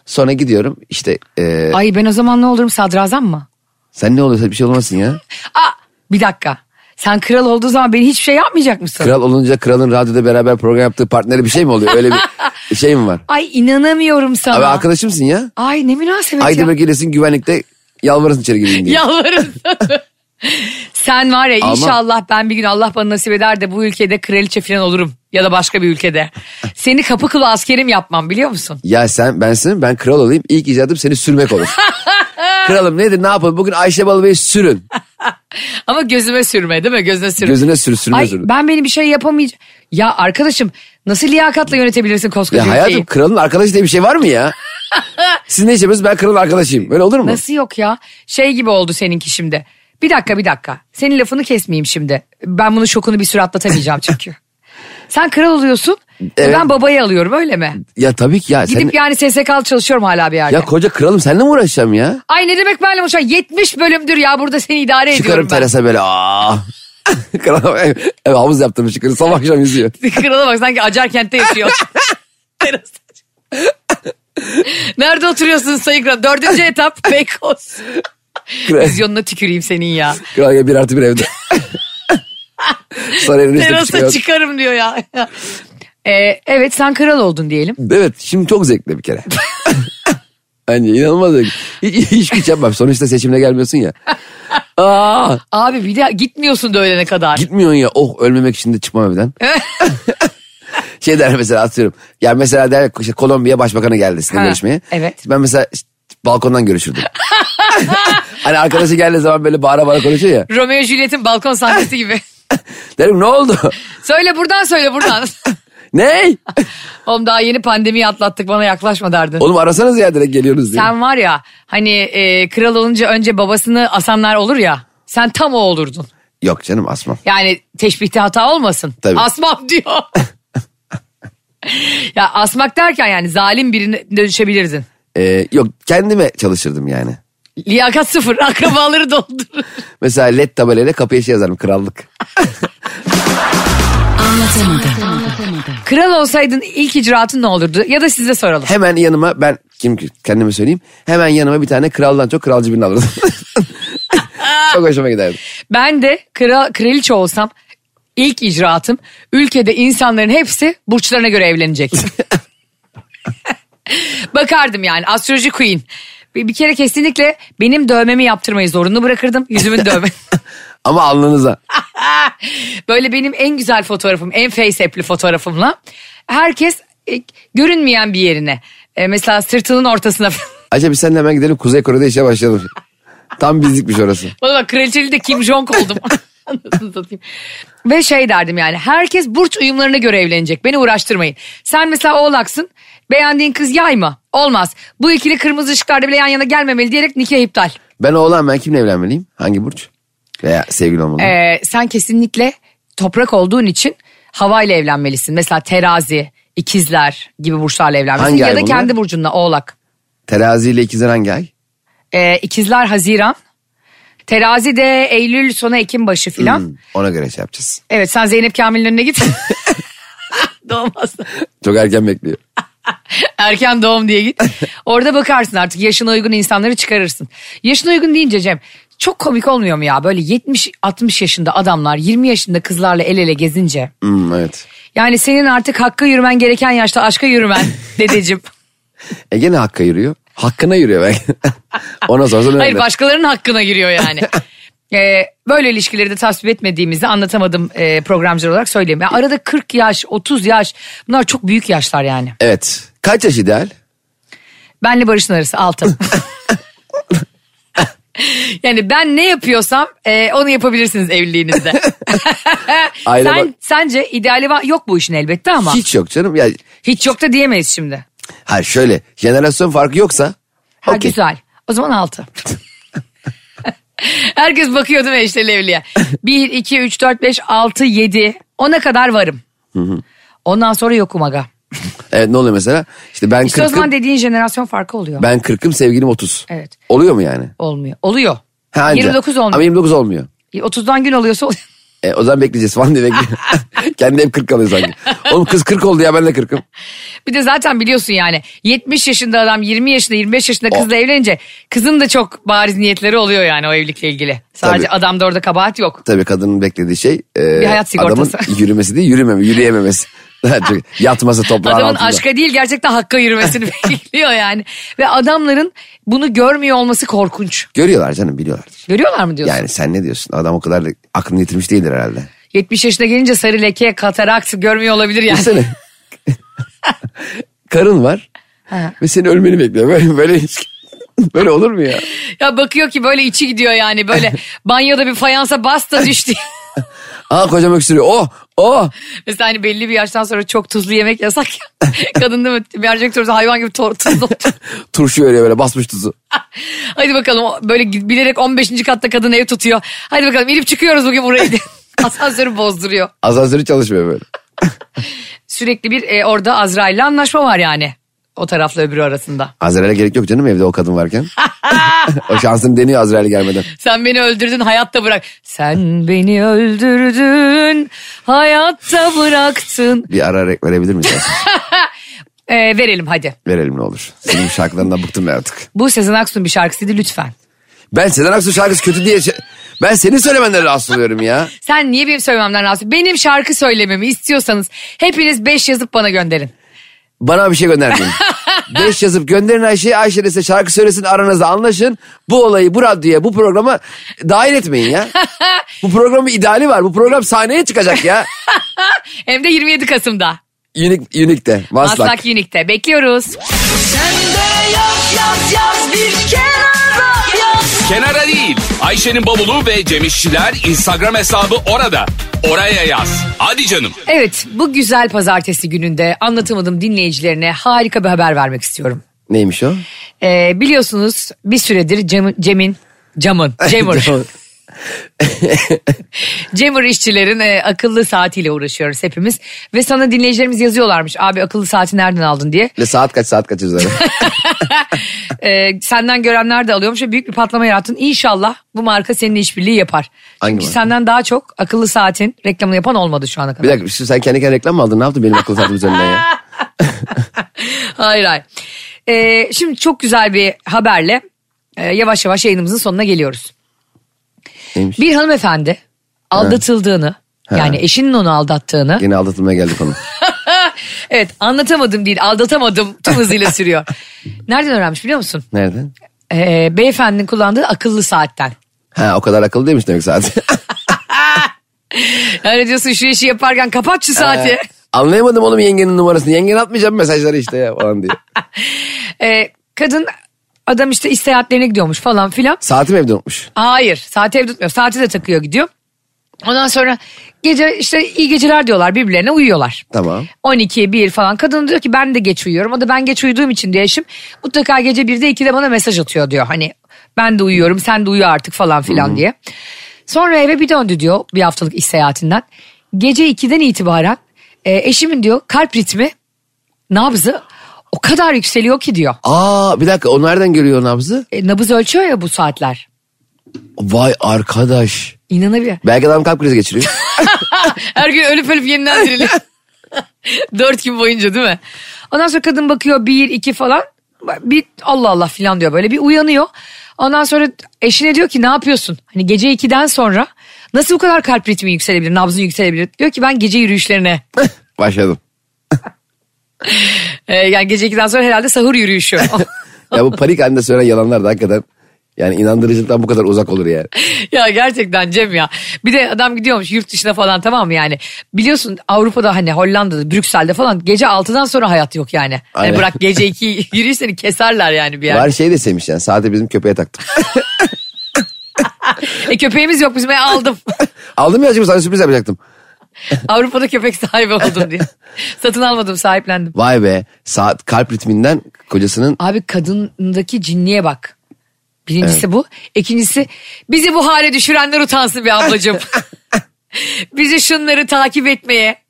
Speaker 3: Sonra gidiyorum işte e,
Speaker 2: Ay ben o zaman ne olurum sadrazam mı?
Speaker 3: sen ne oluyorsa bir şey olmasın ya.
Speaker 2: Aa bir dakika. Sen kral olduğu zaman beni hiçbir şey yapmayacak mısın?
Speaker 3: Kral olunca kralın radyoda beraber program yaptığı partneri bir şey mi oluyor? Öyle bir şey mi var?
Speaker 2: Ay inanamıyorum sana.
Speaker 3: Abi arkadaşımsın ya.
Speaker 2: Ay ne münasebet ya.
Speaker 3: Aydemir'e gelirsin güvenlikte yalvarırsın içeri gireyim diye.
Speaker 2: Yalvarırım. Sen var ya
Speaker 3: Ama-
Speaker 2: inşallah ben bir gün Allah bana nasip eder de bu ülkede kraliçe falan olurum. Ya da başka bir ülkede. Seni kapı kılı askerim yapmam biliyor musun?
Speaker 3: Ya sen bensin ben kral olayım ilk icadım seni sürmek olur. Kralım nedir ne yapalım bugün Ayşe Balıbey'i sürün.
Speaker 2: Ama gözüme sürme değil mi? Gözüne sürme.
Speaker 3: Gözüne sür sürme
Speaker 2: Ay
Speaker 3: sür.
Speaker 2: ben beni bir şey yapamayacağım. Ya arkadaşım nasıl liyakatla yönetebilirsin koskoca
Speaker 3: Ya hayatım
Speaker 2: ülkeyi?
Speaker 3: kralın arkadaşı diye bir şey var mı ya? Siz ne işimiz ben kralın arkadaşıyım. Böyle olur mu?
Speaker 2: Nasıl yok ya? Şey gibi oldu seninki şimdi. Bir dakika bir dakika. Senin lafını kesmeyeyim şimdi. Ben bunun şokunu bir süre atlatamayacağım çünkü. Sen kral oluyorsun.
Speaker 3: Evet.
Speaker 2: Ben babayı alıyorum öyle mi?
Speaker 3: Ya tabii ki ya.
Speaker 2: Gidip
Speaker 3: sen,
Speaker 2: yani SSK'lı çalışıyorum hala bir yerde.
Speaker 3: ya koca kralım seninle mi uğraşacağım ya?
Speaker 2: Ay ne demek benimle uğraşan 70 bölümdür ya burada seni idare
Speaker 3: Çıkarım
Speaker 2: ediyorum ben.
Speaker 3: terasa böyle aa. Kral ev, ev havuz yaptım çıkarım sabah akşam yüzüyor.
Speaker 2: Krala bak sanki Acarkent'te yaşıyor. Terasta. Nerede oturuyorsun Sayın Kral? Dördüncü etap Beykoz.
Speaker 3: Kral,
Speaker 2: Vizyonuna tüküreyim senin ya.
Speaker 3: kral ya bir artı bir evde. Sonra şey elini üstüne
Speaker 2: Terasta
Speaker 3: çıkıyor.
Speaker 2: çıkarım diyor ya. Ee, evet sen kral oldun diyelim.
Speaker 3: Evet şimdi çok zevkli bir kere. Bence inanılmaz zevkli. Hiç, hiç güç yapmam. Sonuçta seçimle gelmiyorsun ya. Aa,
Speaker 2: Abi bir de gitmiyorsun da ölene kadar.
Speaker 3: Gitmiyorsun ya oh ölmemek için de çıkmam evden. şey der mesela atıyorum. Ya mesela der işte Kolombiya başbakanı geldi sizinle
Speaker 2: Ha,
Speaker 3: görüşmeye.
Speaker 2: evet.
Speaker 3: Ben mesela işte balkondan görüşürdüm. hani arkadaşı geldiği zaman böyle bağıra bağıra konuşuyor ya.
Speaker 2: Romeo Juliet'in balkon sahnesi gibi.
Speaker 3: Derim ne oldu?
Speaker 2: söyle buradan söyle buradan.
Speaker 3: ne?
Speaker 2: Oğlum daha yeni pandemiyi atlattık bana yaklaşma derdin.
Speaker 3: Oğlum arasanız ya direkt geliyoruz diye.
Speaker 2: Sen var ya hani e, kral olunca önce babasını asanlar olur ya. Sen tam o olurdun.
Speaker 3: Yok canım asmam.
Speaker 2: Yani teşbihte hata olmasın.
Speaker 3: Tabii.
Speaker 2: Asmam diyor. ya asmak derken yani zalim birine dönüşebilirdin.
Speaker 3: Ee, yok kendime çalışırdım yani.
Speaker 2: Liyakat sıfır akrabaları doldurur.
Speaker 3: Mesela led tabelayla kapıya şey yazarım krallık.
Speaker 2: Kral olsaydın ilk icraatın ne olurdu? Ya da size soralım.
Speaker 3: Hemen yanıma ben kim kendime söyleyeyim. Hemen yanıma bir tane kraldan çok kralcı birini alırdım. çok hoşuma giderdi.
Speaker 2: Ben de kral, kraliçe olsam ilk icraatım ülkede insanların hepsi burçlarına göre evlenecek. Bakardım yani astroloji queen. Bir, bir kere kesinlikle benim dövmemi yaptırmayı zorunlu bırakırdım. Yüzümün dövme.
Speaker 3: Ama alnınıza.
Speaker 2: Böyle benim en güzel fotoğrafım, en face app'li fotoğrafımla. Herkes e, görünmeyen bir yerine. E, mesela sırtının ortasına.
Speaker 3: Ayşe biz seninle hemen gidelim Kuzey Kore'de işe başlayalım. Tam bizlikmiş orası.
Speaker 2: Bana bak kraliçeli de Kim Jong oldum. Anasını satayım. Ve şey derdim yani herkes burç uyumlarına göre evlenecek. Beni uğraştırmayın. Sen mesela oğlaksın. Beğendiğin kız yayma. Olmaz. Bu ikili kırmızı ışıklarda bile yan yana gelmemeli diyerek nikah iptal.
Speaker 3: Ben oğlan ben kimle evlenmeliyim? Hangi burç? Veya sevgili olmalıyım.
Speaker 2: Ee, sen kesinlikle toprak olduğun için havayla evlenmelisin. Mesela terazi, ikizler gibi burçlarla evlenmelisin.
Speaker 3: Hangi
Speaker 2: ya
Speaker 3: ay
Speaker 2: da
Speaker 3: bunlar?
Speaker 2: kendi burcunla oğlak.
Speaker 3: Terazi ile ikizler hangi ay?
Speaker 2: Ee, ikizler Haziran. Terazi de Eylül sonu Ekim başı filan.
Speaker 3: Hmm, ona göre şey yapacağız.
Speaker 2: Evet sen Zeynep Kamil'in önüne git. Doğmaz.
Speaker 3: Çok erken bekliyor.
Speaker 2: Erken doğum diye git. Orada bakarsın artık yaşına uygun insanları çıkarırsın. Yaşına uygun deyince Cem çok komik olmuyor mu ya? Böyle 70-60 yaşında adamlar 20 yaşında kızlarla el ele gezince.
Speaker 3: Hmm, evet.
Speaker 2: Yani senin artık hakka yürümen gereken yaşta aşka yürümen dedeciğim.
Speaker 3: E gene hakka yürüyor. Hakkına yürüyor belki. Ona sorsan
Speaker 2: Hayır
Speaker 3: öyle.
Speaker 2: başkalarının hakkına giriyor yani. Ee, böyle ilişkileri de tasvip etmediğimizi anlatamadım e, programcı olarak söyleyeyim. Yani arada 40 yaş, 30 yaş bunlar çok büyük yaşlar yani.
Speaker 3: Evet. Kaç yaş ideal?
Speaker 2: Benle Barış'ın arası 6. yani ben ne yapıyorsam e, onu yapabilirsiniz evliliğinizde.
Speaker 3: Aile bak-
Speaker 2: Sen, sence ideali var, yok bu işin elbette ama hiç,
Speaker 3: Hiç yok canım. Ya,
Speaker 2: yok da diyemeyiz şimdi.
Speaker 3: hayır şöyle jenerasyon farkı yoksa.
Speaker 2: Ha
Speaker 3: okey.
Speaker 2: güzel. O zaman 6. Herkes bakıyordu ve işte evliliğe. 1, 2, 3, 4, 5, 6, 7. Ona kadar varım. Ondan sonra yokum aga.
Speaker 3: Evet ne oluyor mesela? İşte ben
Speaker 2: İşte o zaman
Speaker 3: kırkım,
Speaker 2: dediğin jenerasyon farkı oluyor.
Speaker 3: ben kırkım sevgilim 30.
Speaker 2: Evet.
Speaker 3: Oluyor mu yani?
Speaker 2: Olmuyor. Oluyor.
Speaker 3: Ha, anca.
Speaker 2: 29 olmuyor.
Speaker 3: Ama 29 olmuyor.
Speaker 2: 30'dan gün oluyorsa oluyor.
Speaker 3: E, o zaman bekleyeceğiz falan diye bekliyor. Kendi hep 40 alıyor sanki. Oğlum kız 40 oldu ya ben de 40'ım.
Speaker 2: Bir de zaten biliyorsun yani 70 yaşında adam 20 yaşında 25 yaşında kızla
Speaker 3: O-
Speaker 2: evlenince kızın da çok bariz niyetleri oluyor yani o evlilikle ilgili. Sadece
Speaker 3: Tabii.
Speaker 2: adamda orada kabahat yok.
Speaker 3: Tabii kadının beklediği şey e,
Speaker 2: Bir hayat sigortası.
Speaker 3: adamın yürümesi değil yürümeme, yürüyememesi. Daha çok Yatması toprağın
Speaker 2: Adamın
Speaker 3: altında.
Speaker 2: aşka değil gerçekten hakka yürümesini bekliyor yani. Ve adamların bunu görmüyor olması korkunç.
Speaker 3: Görüyorlar canım biliyorlar.
Speaker 2: Görüyorlar mı diyorsun?
Speaker 3: Yani sen ne diyorsun? Adam o kadar da aklını yitirmiş değildir herhalde.
Speaker 2: 70 yaşına gelince sarı leke, katarakt görmüyor olabilir yani.
Speaker 3: Düşünsene. Karın var
Speaker 2: Ha.
Speaker 3: ve senin ölmeni bekliyor. Böyle böyle hiç- böyle olur mu ya?
Speaker 2: Ya bakıyor ki böyle içi gidiyor yani böyle banyoda bir fayansa bastı düştü.
Speaker 3: Aa kocam öksürüyor. Oh oh.
Speaker 2: Mesela hani belli bir yaştan sonra çok tuzlu yemek yasak ya. Kadın değil mi? Bir erkek sorusu hayvan gibi tor- tuzlu.
Speaker 3: Turşu örüyor böyle basmış tuzu.
Speaker 2: Hadi bakalım o böyle gi- bilerek 15. katta kadın ev tutuyor. Hadi bakalım inip çıkıyoruz bugün burayı diye. Asansörü bozduruyor.
Speaker 3: Asansörü çalışmıyor böyle.
Speaker 2: Sürekli bir e, orada Azrail'le anlaşma var yani. O tarafla öbürü arasında.
Speaker 3: Azrail'e gerek yok canım evde o kadın varken. o şansını deniyor Azrail gelmeden.
Speaker 2: Sen beni öldürdün hayatta bırak. Sen beni öldürdün hayatta bıraktın.
Speaker 3: Bir ara re- verebilir misin?
Speaker 2: E, verelim hadi.
Speaker 3: Verelim ne olur. Senin şarkılarından bıktım ben artık.
Speaker 2: Bu Sezen Aksu'nun bir şarkısıydı lütfen.
Speaker 3: Ben Sezen Aksu şarkısı kötü diye... şey- Ben senin söylemenden rahatsız oluyorum ya.
Speaker 2: Sen niye benim söylememden rahatsız? Benim şarkı söylememi istiyorsanız hepiniz 5 yazıp bana gönderin.
Speaker 3: Bana bir şey göndermeyin. Beş yazıp gönderin Ayşe'ye. Ayşe de size şarkı söylesin aranızda anlaşın. Bu olayı bu radyoya bu programa dahil etmeyin ya. bu programın ideali var. Bu program sahneye çıkacak ya.
Speaker 2: Hem de 27 Kasım'da.
Speaker 3: Unique, unique de. Maslak.
Speaker 2: Maslak Unique'de. Bekliyoruz.
Speaker 1: Kenara değil. Ayşe'nin bavulu ve Cemişçiler Instagram hesabı orada. Oraya yaz. Hadi canım.
Speaker 2: Evet bu güzel pazartesi gününde anlatamadım dinleyicilerine harika bir haber vermek istiyorum.
Speaker 3: Neymiş o?
Speaker 2: Ee, biliyorsunuz bir süredir Cem- Cem'in Cam'ın, Cemur. Cemur işçilerin e, akıllı saatiyle uğraşıyoruz hepimiz. Ve sana dinleyicilerimiz yazıyorlarmış abi akıllı saati nereden aldın diye.
Speaker 3: Ne saat kaç saat kaç üzere?
Speaker 2: Ee, senden görenler de alıyormuş ve büyük bir patlama yarattın. İnşallah bu marka senin işbirliği yapar.
Speaker 3: Hangi
Speaker 2: Çünkü
Speaker 3: marka?
Speaker 2: senden daha çok akıllı saatin reklamını yapan olmadı şu ana
Speaker 3: bir
Speaker 2: kadar.
Speaker 3: dakika şimdi sen kendi kendine reklam mı aldın? Ne yaptın benim akıl saatim üzerinden ya?
Speaker 2: Hayır hayır. Ee, şimdi çok güzel bir haberle e, yavaş yavaş yayınımızın sonuna geliyoruz.
Speaker 3: Neymiş?
Speaker 2: Bir hanımefendi aldatıldığını yani eşinin onu aldattığını
Speaker 3: Yine aldatılmaya geldik onu.
Speaker 2: evet anlatamadım değil aldatamadım tüm hızıyla sürüyor. Nereden öğrenmiş biliyor musun?
Speaker 3: Nereden?
Speaker 2: Ee, e, beyefendinin kullandığı akıllı saatten.
Speaker 3: Ha o kadar akıllı değilmiş demek zaten.
Speaker 2: Yani diyorsun şu işi yaparken kapat şu saati.
Speaker 3: Anlayamadım oğlum yengenin numarasını. Yengen atmayacağım mesajları işte ya falan diye.
Speaker 2: E, kadın adam işte iş seyahatlerine gidiyormuş falan filan.
Speaker 3: Saatimi evde unutmuş.
Speaker 2: Hayır saati evde tutmuyor. Saati de takıyor gidiyor. Ondan sonra gece işte iyi geceler diyorlar birbirlerine uyuyorlar.
Speaker 3: Tamam.
Speaker 2: 12, 1 falan. Kadın diyor ki ben de geç uyuyorum. O da ben geç uyuduğum için diyor eşim. Mutlaka gece 1'de 2'de bana mesaj atıyor diyor. Hani ben de uyuyorum sen de uyu artık falan filan diye. Sonra eve bir döndü diyor bir haftalık iş seyahatinden. Gece 2'den itibaren e, eşimin diyor kalp ritmi nabzı o kadar yükseliyor ki diyor.
Speaker 3: Aa bir dakika o nereden görüyor nabzı?
Speaker 2: E, nabız ölçüyor ya bu saatler.
Speaker 3: Vay arkadaş.
Speaker 2: İnanabiliyor.
Speaker 3: Belki adam kalp krizi geçiriyor.
Speaker 2: Her gün ölüp ölüp yeniden diriliyor. Dört gün boyunca değil mi? Ondan sonra kadın bakıyor bir, iki falan. Bir Allah Allah filan diyor böyle bir uyanıyor. Ondan sonra eşine diyor ki ne yapıyorsun? Hani gece ikiden sonra nasıl bu kadar kalp ritmi yükselebilir, nabzın yükselebilir? Diyor ki ben gece yürüyüşlerine.
Speaker 3: Başladım.
Speaker 2: Ee, yani gece ikiden sonra herhalde sahur yürüyüşü.
Speaker 3: Ya bu panik halinde söylenen yalanlar da hakikaten yani inandırıcılıktan bu kadar uzak olur yani.
Speaker 2: ya gerçekten Cem ya. Bir de adam gidiyormuş yurt dışına falan tamam mı yani. Biliyorsun Avrupa'da hani Hollanda'da, Brüksel'de falan gece 6'dan sonra hayat yok yani. Hani
Speaker 3: Aynen.
Speaker 2: bırak gece 2 yürüyüş seni keserler yani bir yer.
Speaker 3: Var şey deseymiş yani saati bizim köpeğe taktım.
Speaker 2: E köpeğimiz yok bizim e, aldım.
Speaker 3: Aldım ya acaba sana sürpriz yapacaktım.
Speaker 2: Avrupa'da köpek sahibi oldum diye. Satın almadım sahiplendim.
Speaker 3: Vay be saat kalp ritminden kocasının
Speaker 2: Abi kadındaki cinliğe bak. Birincisi bu. İkincisi bizi bu hale düşürenler utansın bir ablacığım. bizi şunları takip etmeye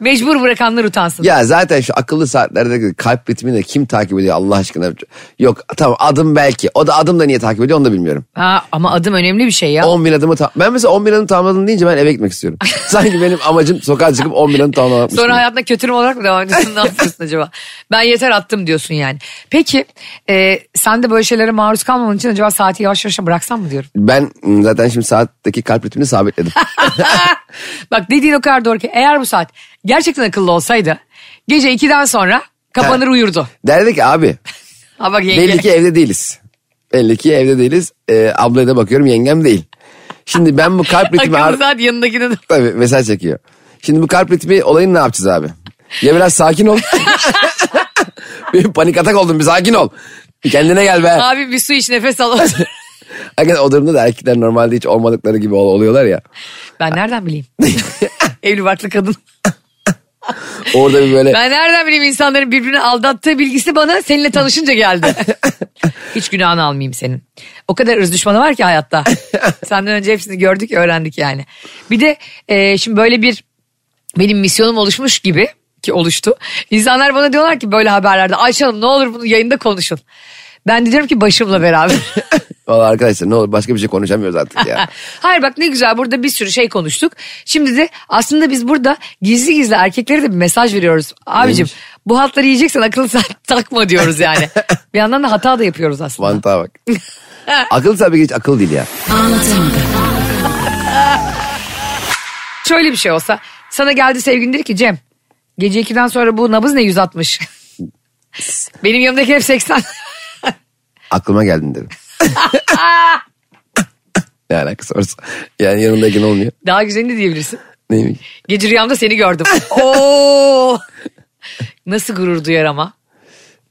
Speaker 2: mecbur bırakanlar utansın.
Speaker 3: Ya zaten şu akıllı saatlerde kalp ritmini de kim takip ediyor Allah aşkına? Yok tamam adım belki. O da adım da niye takip ediyor onu da bilmiyorum.
Speaker 2: Ha, ama adım önemli bir şey ya.
Speaker 3: 10 bin adımı ta- Ben mesela 10 bin adım tamamladım deyince ben eve gitmek istiyorum. Sanki benim amacım sokağa çıkıp 10 bin adım tamamlamak.
Speaker 2: Sonra hayatına kötürüm olarak mı devam ediyorsun? ne yapıyorsun acaba? Ben yeter attım diyorsun yani. Peki e, sen de böyle şeylere maruz kalmaman için acaba saati yavaş yavaş bıraksan mı diyorum?
Speaker 3: Ben mm, zaten şimdi saatteki kalp ritmini sabitledim.
Speaker 2: Bak dediğin o kadar doğru ki eğer bu saat gerçekten akıllı olsaydı gece 2'den sonra kapanır uyurdu.
Speaker 3: Derdi ki abi
Speaker 2: Ha bak yenge.
Speaker 3: belli ki evde değiliz. Belli ki evde değiliz. Ee, ablaya da bakıyorum yengem değil. Şimdi ben bu kalp ritmi...
Speaker 2: Akıllı
Speaker 3: ar-
Speaker 2: saat yanındakine de.
Speaker 3: Tabii mesaj çekiyor. Şimdi bu kalp ritmi olayını ne yapacağız abi? Ya biraz sakin ol. bir panik atak oldum bir sakin ol. Bir kendine gel be.
Speaker 2: Abi bir su iç nefes al.
Speaker 3: Hakikaten o durumda da erkekler normalde hiç olmadıkları gibi ol- oluyorlar ya.
Speaker 2: ben nereden bileyim? Evli barklı kadın.
Speaker 3: Orada bir böyle
Speaker 2: Ben nereden bileyim insanların birbirini aldattığı bilgisi bana seninle tanışınca geldi. Hiç günahını almayayım senin. O kadar ırz düşmanı var ki hayatta. Senden önce hepsini gördük öğrendik yani. Bir de e, şimdi böyle bir benim misyonum oluşmuş gibi ki oluştu. İnsanlar bana diyorlar ki böyle haberlerde Ayşe Hanım ne olur bunu yayında konuşun. Ben de diyorum ki başımla beraber.
Speaker 3: Vallahi arkadaşlar ne olur başka bir şey konuşamıyoruz artık ya.
Speaker 2: Hayır bak ne güzel burada bir sürü şey konuştuk. Şimdi de aslında biz burada gizli gizli erkeklere de bir mesaj veriyoruz. Abicim
Speaker 3: Neymiş?
Speaker 2: bu hatları yiyeceksen akıllı saat takma diyoruz yani. bir yandan da hata da yapıyoruz aslında.
Speaker 3: Mantığa bak. akıl tabii ki hiç akıl değil ya.
Speaker 2: Şöyle bir şey olsa sana geldi sevgilin dedi ki Cem gece 2'den sonra bu nabız ne 160. Benim yanımdaki hep 80.
Speaker 3: Aklıma geldin derim. ne alakası varsa. Yani yanındaki ne olmuyor?
Speaker 2: Daha güzelini de diyebilirsin.
Speaker 3: Neymiş?
Speaker 2: Gece rüyamda seni gördüm. Oo! Nasıl gurur duyar ama.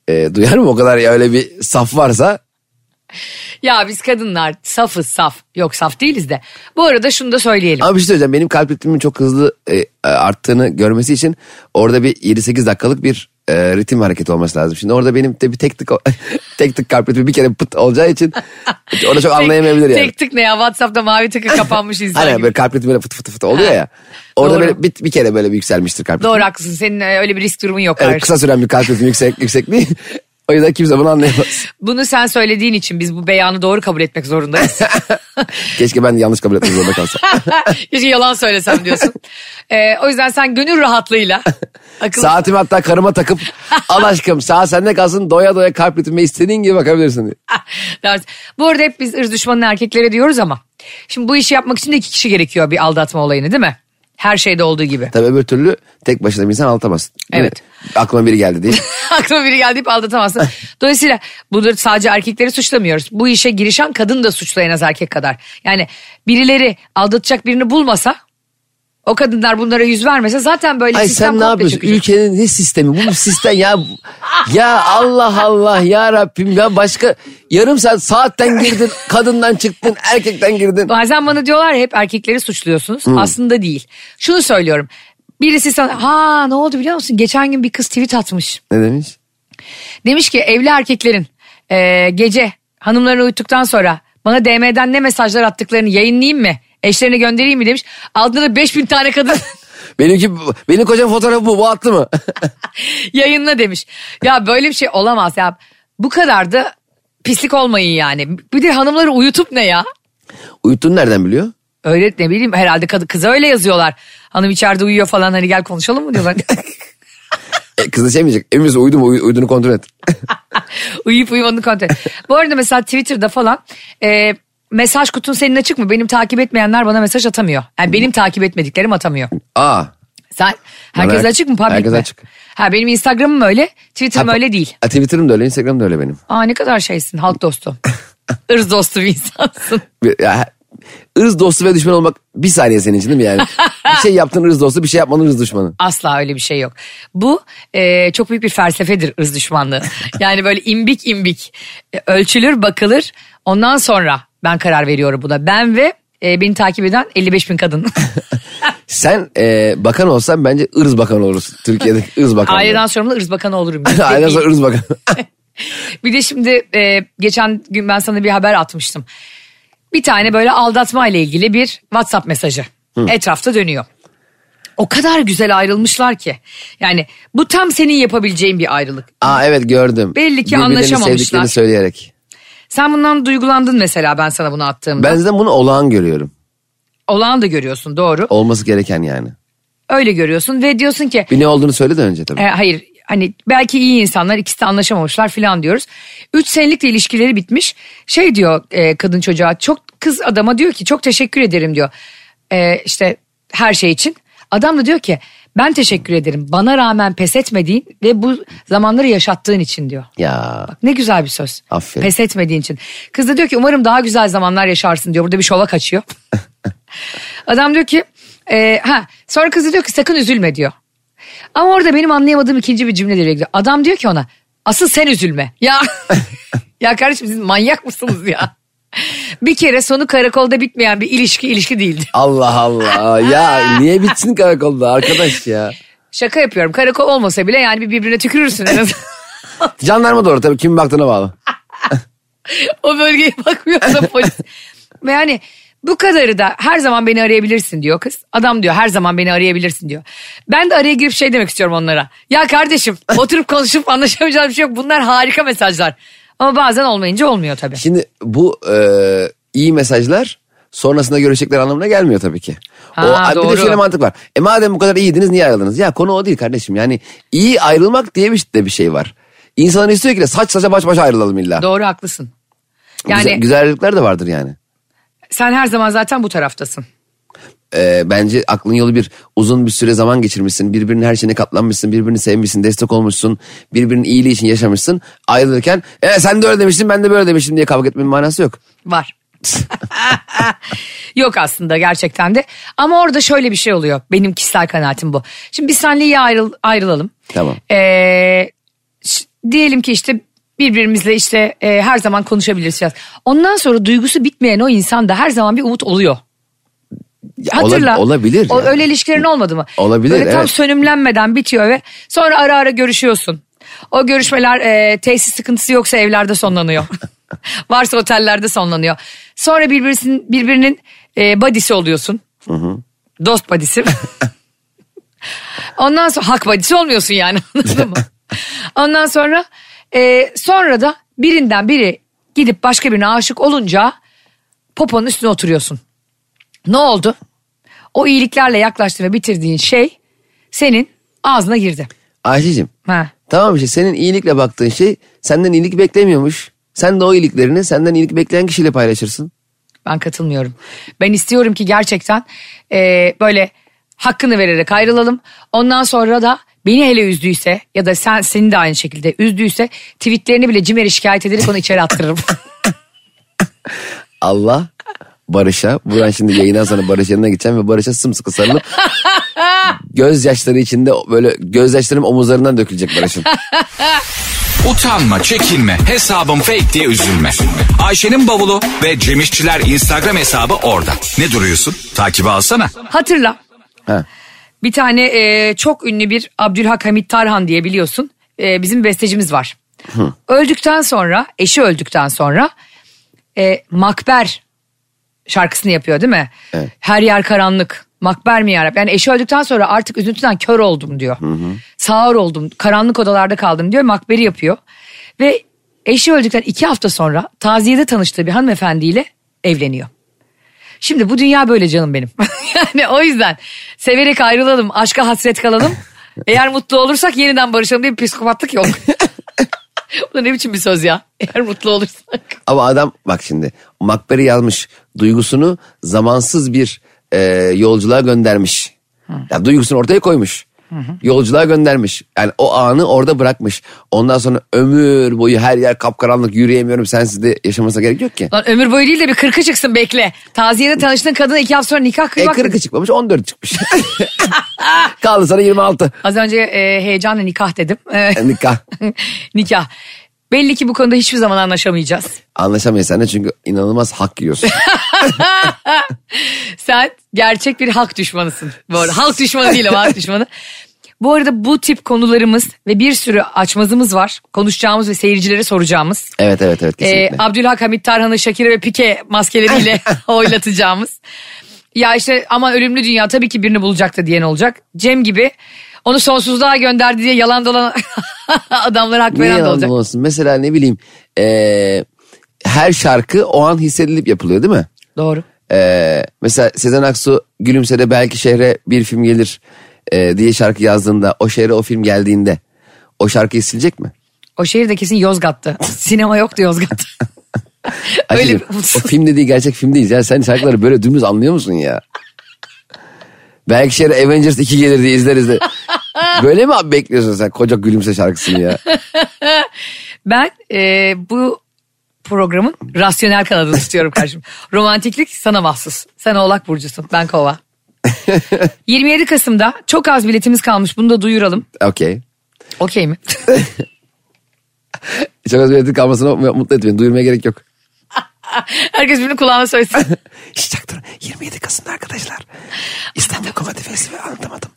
Speaker 3: Ee, duyar mı o kadar ya öyle bir saf varsa
Speaker 2: Ya biz kadınlar safız saf. Yok saf değiliz de. Bu arada şunu da söyleyelim.
Speaker 3: Ama bir şey söyleyeceğim. Benim kalp ritmimin çok hızlı e, arttığını görmesi için orada bir 7-8 dakikalık bir e, ritim hareketi olması lazım. Şimdi orada benim de bir tek tık, tek tık kalp ritmi bir kere pıt olacağı için onu çok anlayamayabilir yani.
Speaker 2: Tek tık ne ya WhatsApp'ta mavi tıkı kapanmış insan
Speaker 3: Hani
Speaker 2: gibi.
Speaker 3: böyle kalp ritmi böyle fıt fıt fıt oluyor ya. Orada
Speaker 2: Doğru.
Speaker 3: böyle bir, bir kere böyle bir yükselmiştir kalp ritmi.
Speaker 2: Doğru haklısın senin e, öyle bir risk durumun yok.
Speaker 3: Evet,
Speaker 2: Hayır.
Speaker 3: kısa süren bir kalp ritmi yüksek, yüksekliği. O yüzden kimse bunu anlayamaz.
Speaker 2: Bunu sen söylediğin için biz bu beyanı doğru kabul etmek zorundayız.
Speaker 3: Keşke ben de yanlış kabul etmek zorunda kalsam.
Speaker 2: Keşke yalan söylesem diyorsun. E, o yüzden sen gönül rahatlığıyla akıl
Speaker 3: Saatimi hatta karıma takıp al aşkım saat sende kalsın doya doya kalp ritmime istediğin gibi bakabilirsin diye.
Speaker 2: ders. Bu arada hep biz ırz düşmanı erkeklere diyoruz ama. Şimdi bu işi yapmak için de iki kişi gerekiyor bir aldatma olayını değil mi? Her şeyde olduğu gibi.
Speaker 3: Tabii öbür türlü tek başına bir insan aldatamaz. Değil mi?
Speaker 2: Evet.
Speaker 3: Aklıma biri geldi diye.
Speaker 2: Aklıma biri geldi deyip aldatamazsın. Dolayısıyla bunları sadece erkekleri suçlamıyoruz. Bu işe girişen kadın da suçlu en az erkek kadar. Yani birileri aldatacak birini bulmasa o kadınlar bunlara yüz vermese zaten böyle
Speaker 3: Ay
Speaker 2: sistem
Speaker 3: sen ne
Speaker 2: komple
Speaker 3: yapıyorsun?
Speaker 2: çökecek.
Speaker 3: Ülkenin ne sistemi? Bu bir sistem ya. Ya Allah Allah ya Rabbim ya başka yarım saat saatten girdin, kadından çıktın, erkekten girdin.
Speaker 2: Bazen bana diyorlar ya hep erkekleri suçluyorsunuz.
Speaker 3: Hmm.
Speaker 2: Aslında değil. Şunu söylüyorum. Birisi sana ha ne oldu biliyor musun? Geçen gün bir kız tweet atmış.
Speaker 3: Ne demiş?
Speaker 2: Demiş ki evli erkeklerin eee, gece hanımlarını uyuttuktan sonra bana DM'den ne mesajlar attıklarını yayınlayayım mı? Eşlerine göndereyim mi demiş. Altında da 5000 tane kadın
Speaker 3: Benimki benim kocam fotoğrafı bu. Bu attı mı?
Speaker 2: yayınla demiş. Ya böyle bir şey olamaz ya. Bu kadar da pislik olmayın yani. Bir de hanımları uyutup ne ya?
Speaker 3: Uyuttun nereden biliyor?
Speaker 2: Öyle ne bileyim herhalde kadı kıza öyle yazıyorlar. Hanım içeride uyuyor falan hani gel konuşalım mı diyorlar.
Speaker 3: E, kız da şey mi diyecek? Emin misin? uyudu mu? Uy- Uyuduğunu kontrol et.
Speaker 2: Uyuyup uyumadığını kontrol. Bu arada mesela Twitter'da falan e, mesaj kutun senin açık mı? Benim takip etmeyenler bana mesaj atamıyor.
Speaker 3: Hmm.
Speaker 2: Yani benim takip etmediklerim atamıyor.
Speaker 3: Aa.
Speaker 2: Sen herkes
Speaker 3: Bana-
Speaker 2: açık mı? Public
Speaker 3: herkes
Speaker 2: mi?
Speaker 3: açık.
Speaker 2: Ha benim Instagram'ım öyle, Twitter'ım
Speaker 3: Ha,
Speaker 2: öyle değil.
Speaker 3: Ha, Twitter'ım da öyle, Instagram'da öyle benim.
Speaker 2: Aa ne kadar şeysin halk dostu. Irz dostu bir insansın.
Speaker 3: Bir- Ya, ırz dostu ve düşman olmak bir saniye senin için değil mi yani? bir şey yaptın ırz dostu, bir şey yapmadın ırz düşmanı.
Speaker 2: Asla öyle bir şey yok. Bu e, çok büyük bir felsefedir ırz düşmanlığı. Yani böyle imbik imbik e, ölçülür bakılır. Ondan sonra ben karar veriyorum buna. Ben ve e, beni takip eden 55 bin kadın.
Speaker 3: Sen e, bakan olsan bence ırz bakanı olursun. Türkiye'deki ırz bakanı.
Speaker 2: Aileden sorumlu ırz bakanı olurum.
Speaker 3: Aynen sonra ırz bakanı.
Speaker 2: Bir de şimdi e, geçen gün ben sana bir haber atmıştım. Bir tane böyle aldatma ile ilgili bir WhatsApp mesajı etrafta dönüyor. O kadar güzel ayrılmışlar ki. Yani bu tam senin yapabileceğin bir ayrılık.
Speaker 3: Aa evet gördüm.
Speaker 2: Belli ki
Speaker 3: Birbirlerini
Speaker 2: anlaşamamışlar.
Speaker 3: sevdiklerini söyleyerek.
Speaker 2: Sen bundan duygulandın mesela ben sana bunu attığımda.
Speaker 3: Ben zaten bunu olağan görüyorum.
Speaker 2: Olağan da görüyorsun doğru.
Speaker 3: Olması gereken yani.
Speaker 2: Öyle görüyorsun ve diyorsun ki
Speaker 3: Bir ne olduğunu söyle de önce tabii.
Speaker 2: E, hayır hani belki iyi insanlar ikisi de anlaşamamışlar filan diyoruz. Üç senelik de ilişkileri bitmiş. Şey diyor e, kadın çocuğa çok kız adama diyor ki çok teşekkür ederim diyor. E, işte her şey için. Adam da diyor ki ben teşekkür ederim bana rağmen pes etmediğin ve bu zamanları yaşattığın için diyor.
Speaker 3: Ya
Speaker 2: Ne güzel bir söz.
Speaker 3: Aferin.
Speaker 2: Pes etmediğin için. Kız da diyor ki umarım daha güzel zamanlar yaşarsın diyor. Burada bir şova kaçıyor. Adam diyor ki e, ha sonra kız da diyor ki sakın üzülme diyor. Ama orada benim anlayamadığım ikinci bir cümle devreye giriyor. Adam diyor ki ona asıl sen üzülme. Ya ya kardeşim siz manyak mısınız ya? bir kere sonu karakolda bitmeyen bir ilişki ilişki değildi.
Speaker 3: Allah Allah. ya niye bitsin karakolda arkadaş ya.
Speaker 2: Şaka yapıyorum. Karakol olmasa bile yani bir birbirine tükürürsün en azından.
Speaker 3: Jandarma doğru tabii kimin baktığına bağlı.
Speaker 2: o bölgeye bakmıyorsa polis. Ve yani bu kadarı da her zaman beni arayabilirsin diyor kız. Adam diyor her zaman beni arayabilirsin diyor. Ben de araya girip şey demek istiyorum onlara. Ya kardeşim oturup konuşup anlaşamayacağımız bir şey yok. Bunlar harika mesajlar. Ama bazen olmayınca olmuyor tabii.
Speaker 3: Şimdi bu e, iyi mesajlar sonrasında görüşecekler anlamına gelmiyor tabii ki.
Speaker 2: Ha,
Speaker 3: o, Bir
Speaker 2: doğru.
Speaker 3: de şöyle mantık var. E madem bu kadar iyiydiniz niye ayrıldınız? Ya konu o değil kardeşim. Yani iyi ayrılmak diye bir, de bir şey var. İnsanlar istiyor ki de saç saça baş başa ayrılalım illa.
Speaker 2: Doğru haklısın. Yani
Speaker 3: Güzel- güzellikler de vardır yani.
Speaker 2: sen her zaman zaten bu taraftasın.
Speaker 3: Ee, bence aklın yolu bir uzun bir süre zaman geçirmişsin birbirinin her şeyine katlanmışsın birbirini sevmişsin destek olmuşsun birbirinin iyiliği için yaşamışsın ayrılırken e, sen de öyle demiştin ben de böyle demiştim diye kavga etmenin manası yok
Speaker 2: Var. Yok aslında gerçekten de. Ama orada şöyle bir şey oluyor. Benim kişisel kanaatim bu. Şimdi biz seninle iyi ayrıl- ayrılalım.
Speaker 3: Tamam.
Speaker 2: Ee, ş- diyelim ki işte birbirimizle işte e, her zaman konuşabiliriz. falan. Ondan sonra duygusu bitmeyen o insanda her zaman bir umut oluyor.
Speaker 3: Ya, ola-
Speaker 2: Hatırla.
Speaker 3: olabilir
Speaker 2: O,
Speaker 3: yani.
Speaker 2: Öyle ilişkilerin olmadı mı?
Speaker 3: Olabilir,
Speaker 2: Böyle tam
Speaker 3: evet.
Speaker 2: sönümlenmeden bitiyor ve sonra ara ara görüşüyorsun. O görüşmeler e, tesis sıkıntısı yoksa evlerde sonlanıyor. Varsa otellerde sonlanıyor. Sonra birbirinin, birbirinin e, badisi oluyorsun. Dost badisi. Ondan sonra hak badisi olmuyorsun yani anladın mı? Ondan sonra e, sonra da birinden biri gidip başka birine aşık olunca poponun üstüne oturuyorsun. Ne oldu? O iyiliklerle yaklaştığın ve bitirdiğin şey senin ağzına girdi.
Speaker 3: Ayşe'cim
Speaker 2: Ha.
Speaker 3: Tamam işte senin iyilikle baktığın şey senden iyilik beklemiyormuş. Sen de o iyiliklerini senden iyilik bekleyen kişiyle paylaşırsın.
Speaker 2: Ben katılmıyorum. Ben istiyorum ki gerçekten e, böyle hakkını vererek ayrılalım. Ondan sonra da beni hele üzdüyse ya da sen seni de aynı şekilde üzdüyse tweetlerini bile Cimer'e şikayet ederek onu içeri attırırım.
Speaker 3: Allah Barış'a. Buradan şimdi yayından sonra Barış yanına gideceğim ve Barış'a sımsıkı sarılıp gözyaşları içinde böyle gözyaşlarım omuzlarından dökülecek Barış'ın.
Speaker 1: Utanma, çekinme, hesabım fake diye üzülme. Ayşe'nin bavulu ve Cemişçiler Instagram hesabı orada. Ne duruyorsun? Takibi alsana.
Speaker 2: Hatırla.
Speaker 3: Ha.
Speaker 2: Bir tane e, çok ünlü bir Abdülhak Hamit Tarhan diye biliyorsun. E, bizim bestecimiz var. Öldükten sonra, eşi öldükten sonra e, Makber şarkısını yapıyor değil mi?
Speaker 3: Evet.
Speaker 2: Her yer karanlık. Makber mi yarabbim? Yani eşi öldükten sonra artık üzüntüden kör oldum diyor. Sağır oldum, karanlık odalarda kaldım diyor. Makber'i yapıyor. Ve eşi öldükten iki hafta sonra taziyede tanıştığı bir hanımefendiyle evleniyor. Şimdi bu dünya böyle canım benim. yani o yüzden severek ayrılalım, aşka hasret kalalım. Eğer mutlu olursak yeniden barışalım diye bir psikopatlık yok. bu da ne biçim bir söz ya? Eğer mutlu olursak.
Speaker 3: Ama adam bak şimdi Macbeth'i yazmış duygusunu zamansız bir e, yolculuğa göndermiş. Ya duygusunu ortaya koymuş. Yolculuğa göndermiş. Yani o anı orada bırakmış. Ondan sonra ömür boyu her yer kapkaranlık yürüyemiyorum sensiz de yaşamasına gerek yok ki.
Speaker 2: Lan ömür boyu değil de bir kırkı çıksın bekle. Taziyede tanıştığın kadına iki hafta sonra nikah
Speaker 3: E
Speaker 2: kıymak.
Speaker 3: 40'ı çıkmamış 14 çıkmış. Kaldı sana 26.
Speaker 2: Az önce e, heyecanla nikah dedim. E,
Speaker 3: Yani Nikah.
Speaker 2: nikah. Belli ki bu konuda hiçbir zaman anlaşamayacağız.
Speaker 3: Anlaşamayız seninle çünkü inanılmaz hak yiyorsun.
Speaker 2: Sen gerçek bir halk düşmanısın. Bu arada halk düşmanı değil ama halk düşmanı. Bu arada bu tip konularımız ve bir sürü açmazımız var. Konuşacağımız ve seyircilere soracağımız.
Speaker 3: evet evet evet
Speaker 2: Ee,
Speaker 3: kesinlikle.
Speaker 2: Abdülhak Hamit Tarhan'ı Şakir'e ve Pike maskeleriyle oylatacağımız. Ya işte ama ölümlü dünya tabii ki birini bulacak da diyen olacak. Cem gibi onu sonsuzluğa gönderdi diye yalan dolan adamlara hak
Speaker 3: Niye
Speaker 2: veren de
Speaker 3: yalan
Speaker 2: olacak.
Speaker 3: olsun? Mesela ne bileyim e, her şarkı o an hissedilip yapılıyor değil mi?
Speaker 2: Doğru.
Speaker 3: E, mesela Sezen Aksu gülümse de belki şehre bir film gelir e, diye şarkı yazdığında o şehre o film geldiğinde o şarkıyı silecek mi?
Speaker 2: O şehirde kesin Yozgat'tı. Sinema yoktu Yozgat'ta. Öyle
Speaker 3: Ayşe'cim,
Speaker 2: bir-
Speaker 3: o film dediği gerçek film değil. Ya sen şarkıları böyle dümdüz anlıyor musun ya? Belki şehre Avengers 2 gelir diye izleriz de. Böyle mi abi bekliyorsun sen koca gülümse şarkısını ya?
Speaker 2: Ben e, bu programın rasyonel kanadını tutuyorum karşım. Romantiklik sana mahsus. Sen oğlak burcusun. Ben kova. 27 Kasım'da çok az biletimiz kalmış. Bunu da duyuralım.
Speaker 3: Okey.
Speaker 2: Okey mi?
Speaker 3: Çok az biletin kalmasına mutlu etmeyin. Duyurmaya gerek yok.
Speaker 2: Herkes bunu kulağına söylesin.
Speaker 3: Şişecek durun. 27 Kasım'da arkadaşlar. İstanbul Komedi Festivali anlatamadım.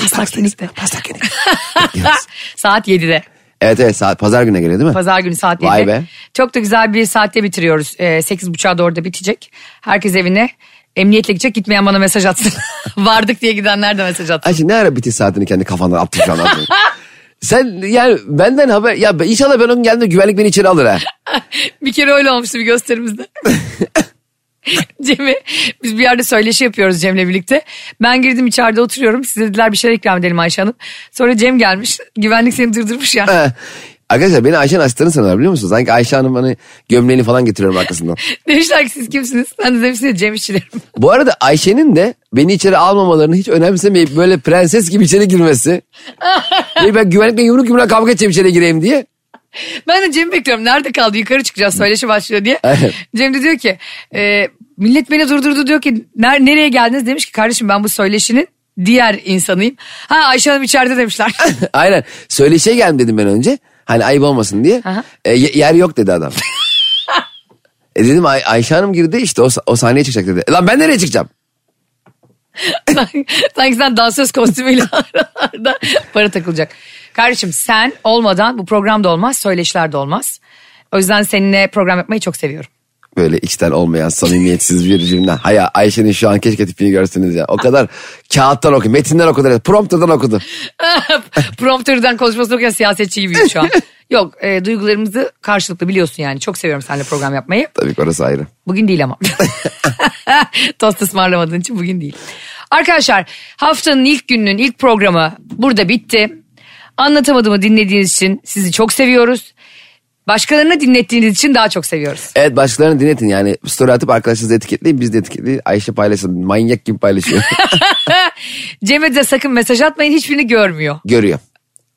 Speaker 2: Paslak Klinik'te.
Speaker 3: Paslak
Speaker 2: saat 7'de.
Speaker 3: Evet evet saat pazar gününe geliyor değil mi?
Speaker 2: Pazar günü saat 7'de.
Speaker 3: Vay be.
Speaker 2: Çok da güzel bir saatte bitiriyoruz. E, 8.30'a doğru da bitecek. Herkes evine emniyetle gidecek. Gitmeyen bana mesaj atsın. Vardık diye gidenler de mesaj atsın.
Speaker 3: Ayşe ne ara bitiş saatini kendi kafandan attın şu an. anladın mı? Sen yani benden haber ya ben- inşallah ben onun geldiğinde güvenlik beni içeri alır ha.
Speaker 2: Bir kere öyle olmuştu bir gösterimizde. Cem'i biz bir yerde söyleşi yapıyoruz Cem'le birlikte. Ben girdim içeride oturuyorum. Size dediler bir şeyler ikram edelim Ayşe Hanım. Sonra Cem gelmiş. Güvenlik seni durdurmuş ya.
Speaker 3: Ha. Arkadaşlar beni Ayşe'nin asistanı sanıyorlar biliyor musunuz? Sanki Ayşe Hanım hani gömleğini falan getiriyorum arkasından.
Speaker 2: Demişler ki siz kimsiniz? Ben de demiştim ya Cem işçilerim.
Speaker 3: Bu arada Ayşe'nin de beni içeri almamalarını hiç önemsemeyip böyle prenses gibi içeri girmesi. Ve ben güvenlikle yumruk yumruğa kavga edeceğim içeri gireyim diye.
Speaker 2: Ben de Cem'i bekliyorum. Nerede kaldı? Yukarı çıkacağız. Söyleşi başlıyor diye.
Speaker 3: Evet.
Speaker 2: Cem de diyor ki e, millet beni durdurdu diyor ki "Ner- nereye geldiniz? Demiş ki kardeşim ben bu söyleşinin diğer insanıyım. Ha Ayşe Hanım içeride demişler.
Speaker 3: Aynen. Söyleşe geldim dedim ben önce. Hani ayıp olmasın diye.
Speaker 2: Aha.
Speaker 3: E, ye- yer yok dedi adam. e dedim Ay- Ayşe Hanım girdi işte o, sa- o sahneye çıkacak dedi. E lan ben nereye çıkacağım?
Speaker 2: Sanki- Sanki sen dansöz kostümüyle aralarda para takılacak. Kardeşim sen olmadan bu program da olmaz, söyleşiler de olmaz. O yüzden seninle program yapmayı çok seviyorum.
Speaker 3: Böyle içten olmayan samimiyetsiz bir cümle. Haya Ayşe'nin şu an keşke tipini görseniz ya. O kadar kağıttan okudu, metinden okudu, prompterdan okudu.
Speaker 2: Prompter'dan konuşmasını okuyan siyasetçi gibiyim şu an. Yok e, duygularımızı karşılıklı biliyorsun yani. Çok seviyorum seninle program yapmayı.
Speaker 3: Tabii ki orası ayrı.
Speaker 2: Bugün değil ama. Tost ısmarlamadığın için bugün değil. Arkadaşlar haftanın ilk gününün ilk programı burada bitti. Anlatamadığımı dinlediğiniz için sizi çok seviyoruz. Başkalarına dinlettiğiniz için daha çok seviyoruz.
Speaker 3: Evet başkalarını dinletin yani story atıp arkadaşınızı etiketleyin biz de etiketleyin. Ayşe paylaşsın manyak gibi paylaşıyor.
Speaker 2: Cem'e de sakın mesaj atmayın hiçbirini görmüyor.
Speaker 3: Görüyor.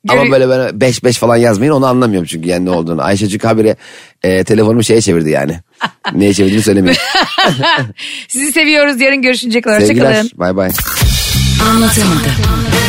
Speaker 2: Görüyor.
Speaker 3: Ama böyle ben 5 5 falan yazmayın onu anlamıyorum çünkü yani ne olduğunu. Ayşecik habire e, telefonumu şeye çevirdi yani. Neye çevirdiğini söylemiyor.
Speaker 2: Sizi seviyoruz. Yarın görüşünceye kadar.
Speaker 3: Sevgiler.
Speaker 2: Hoşçakalın.
Speaker 3: Bay bay.
Speaker 4: Anlatamadım.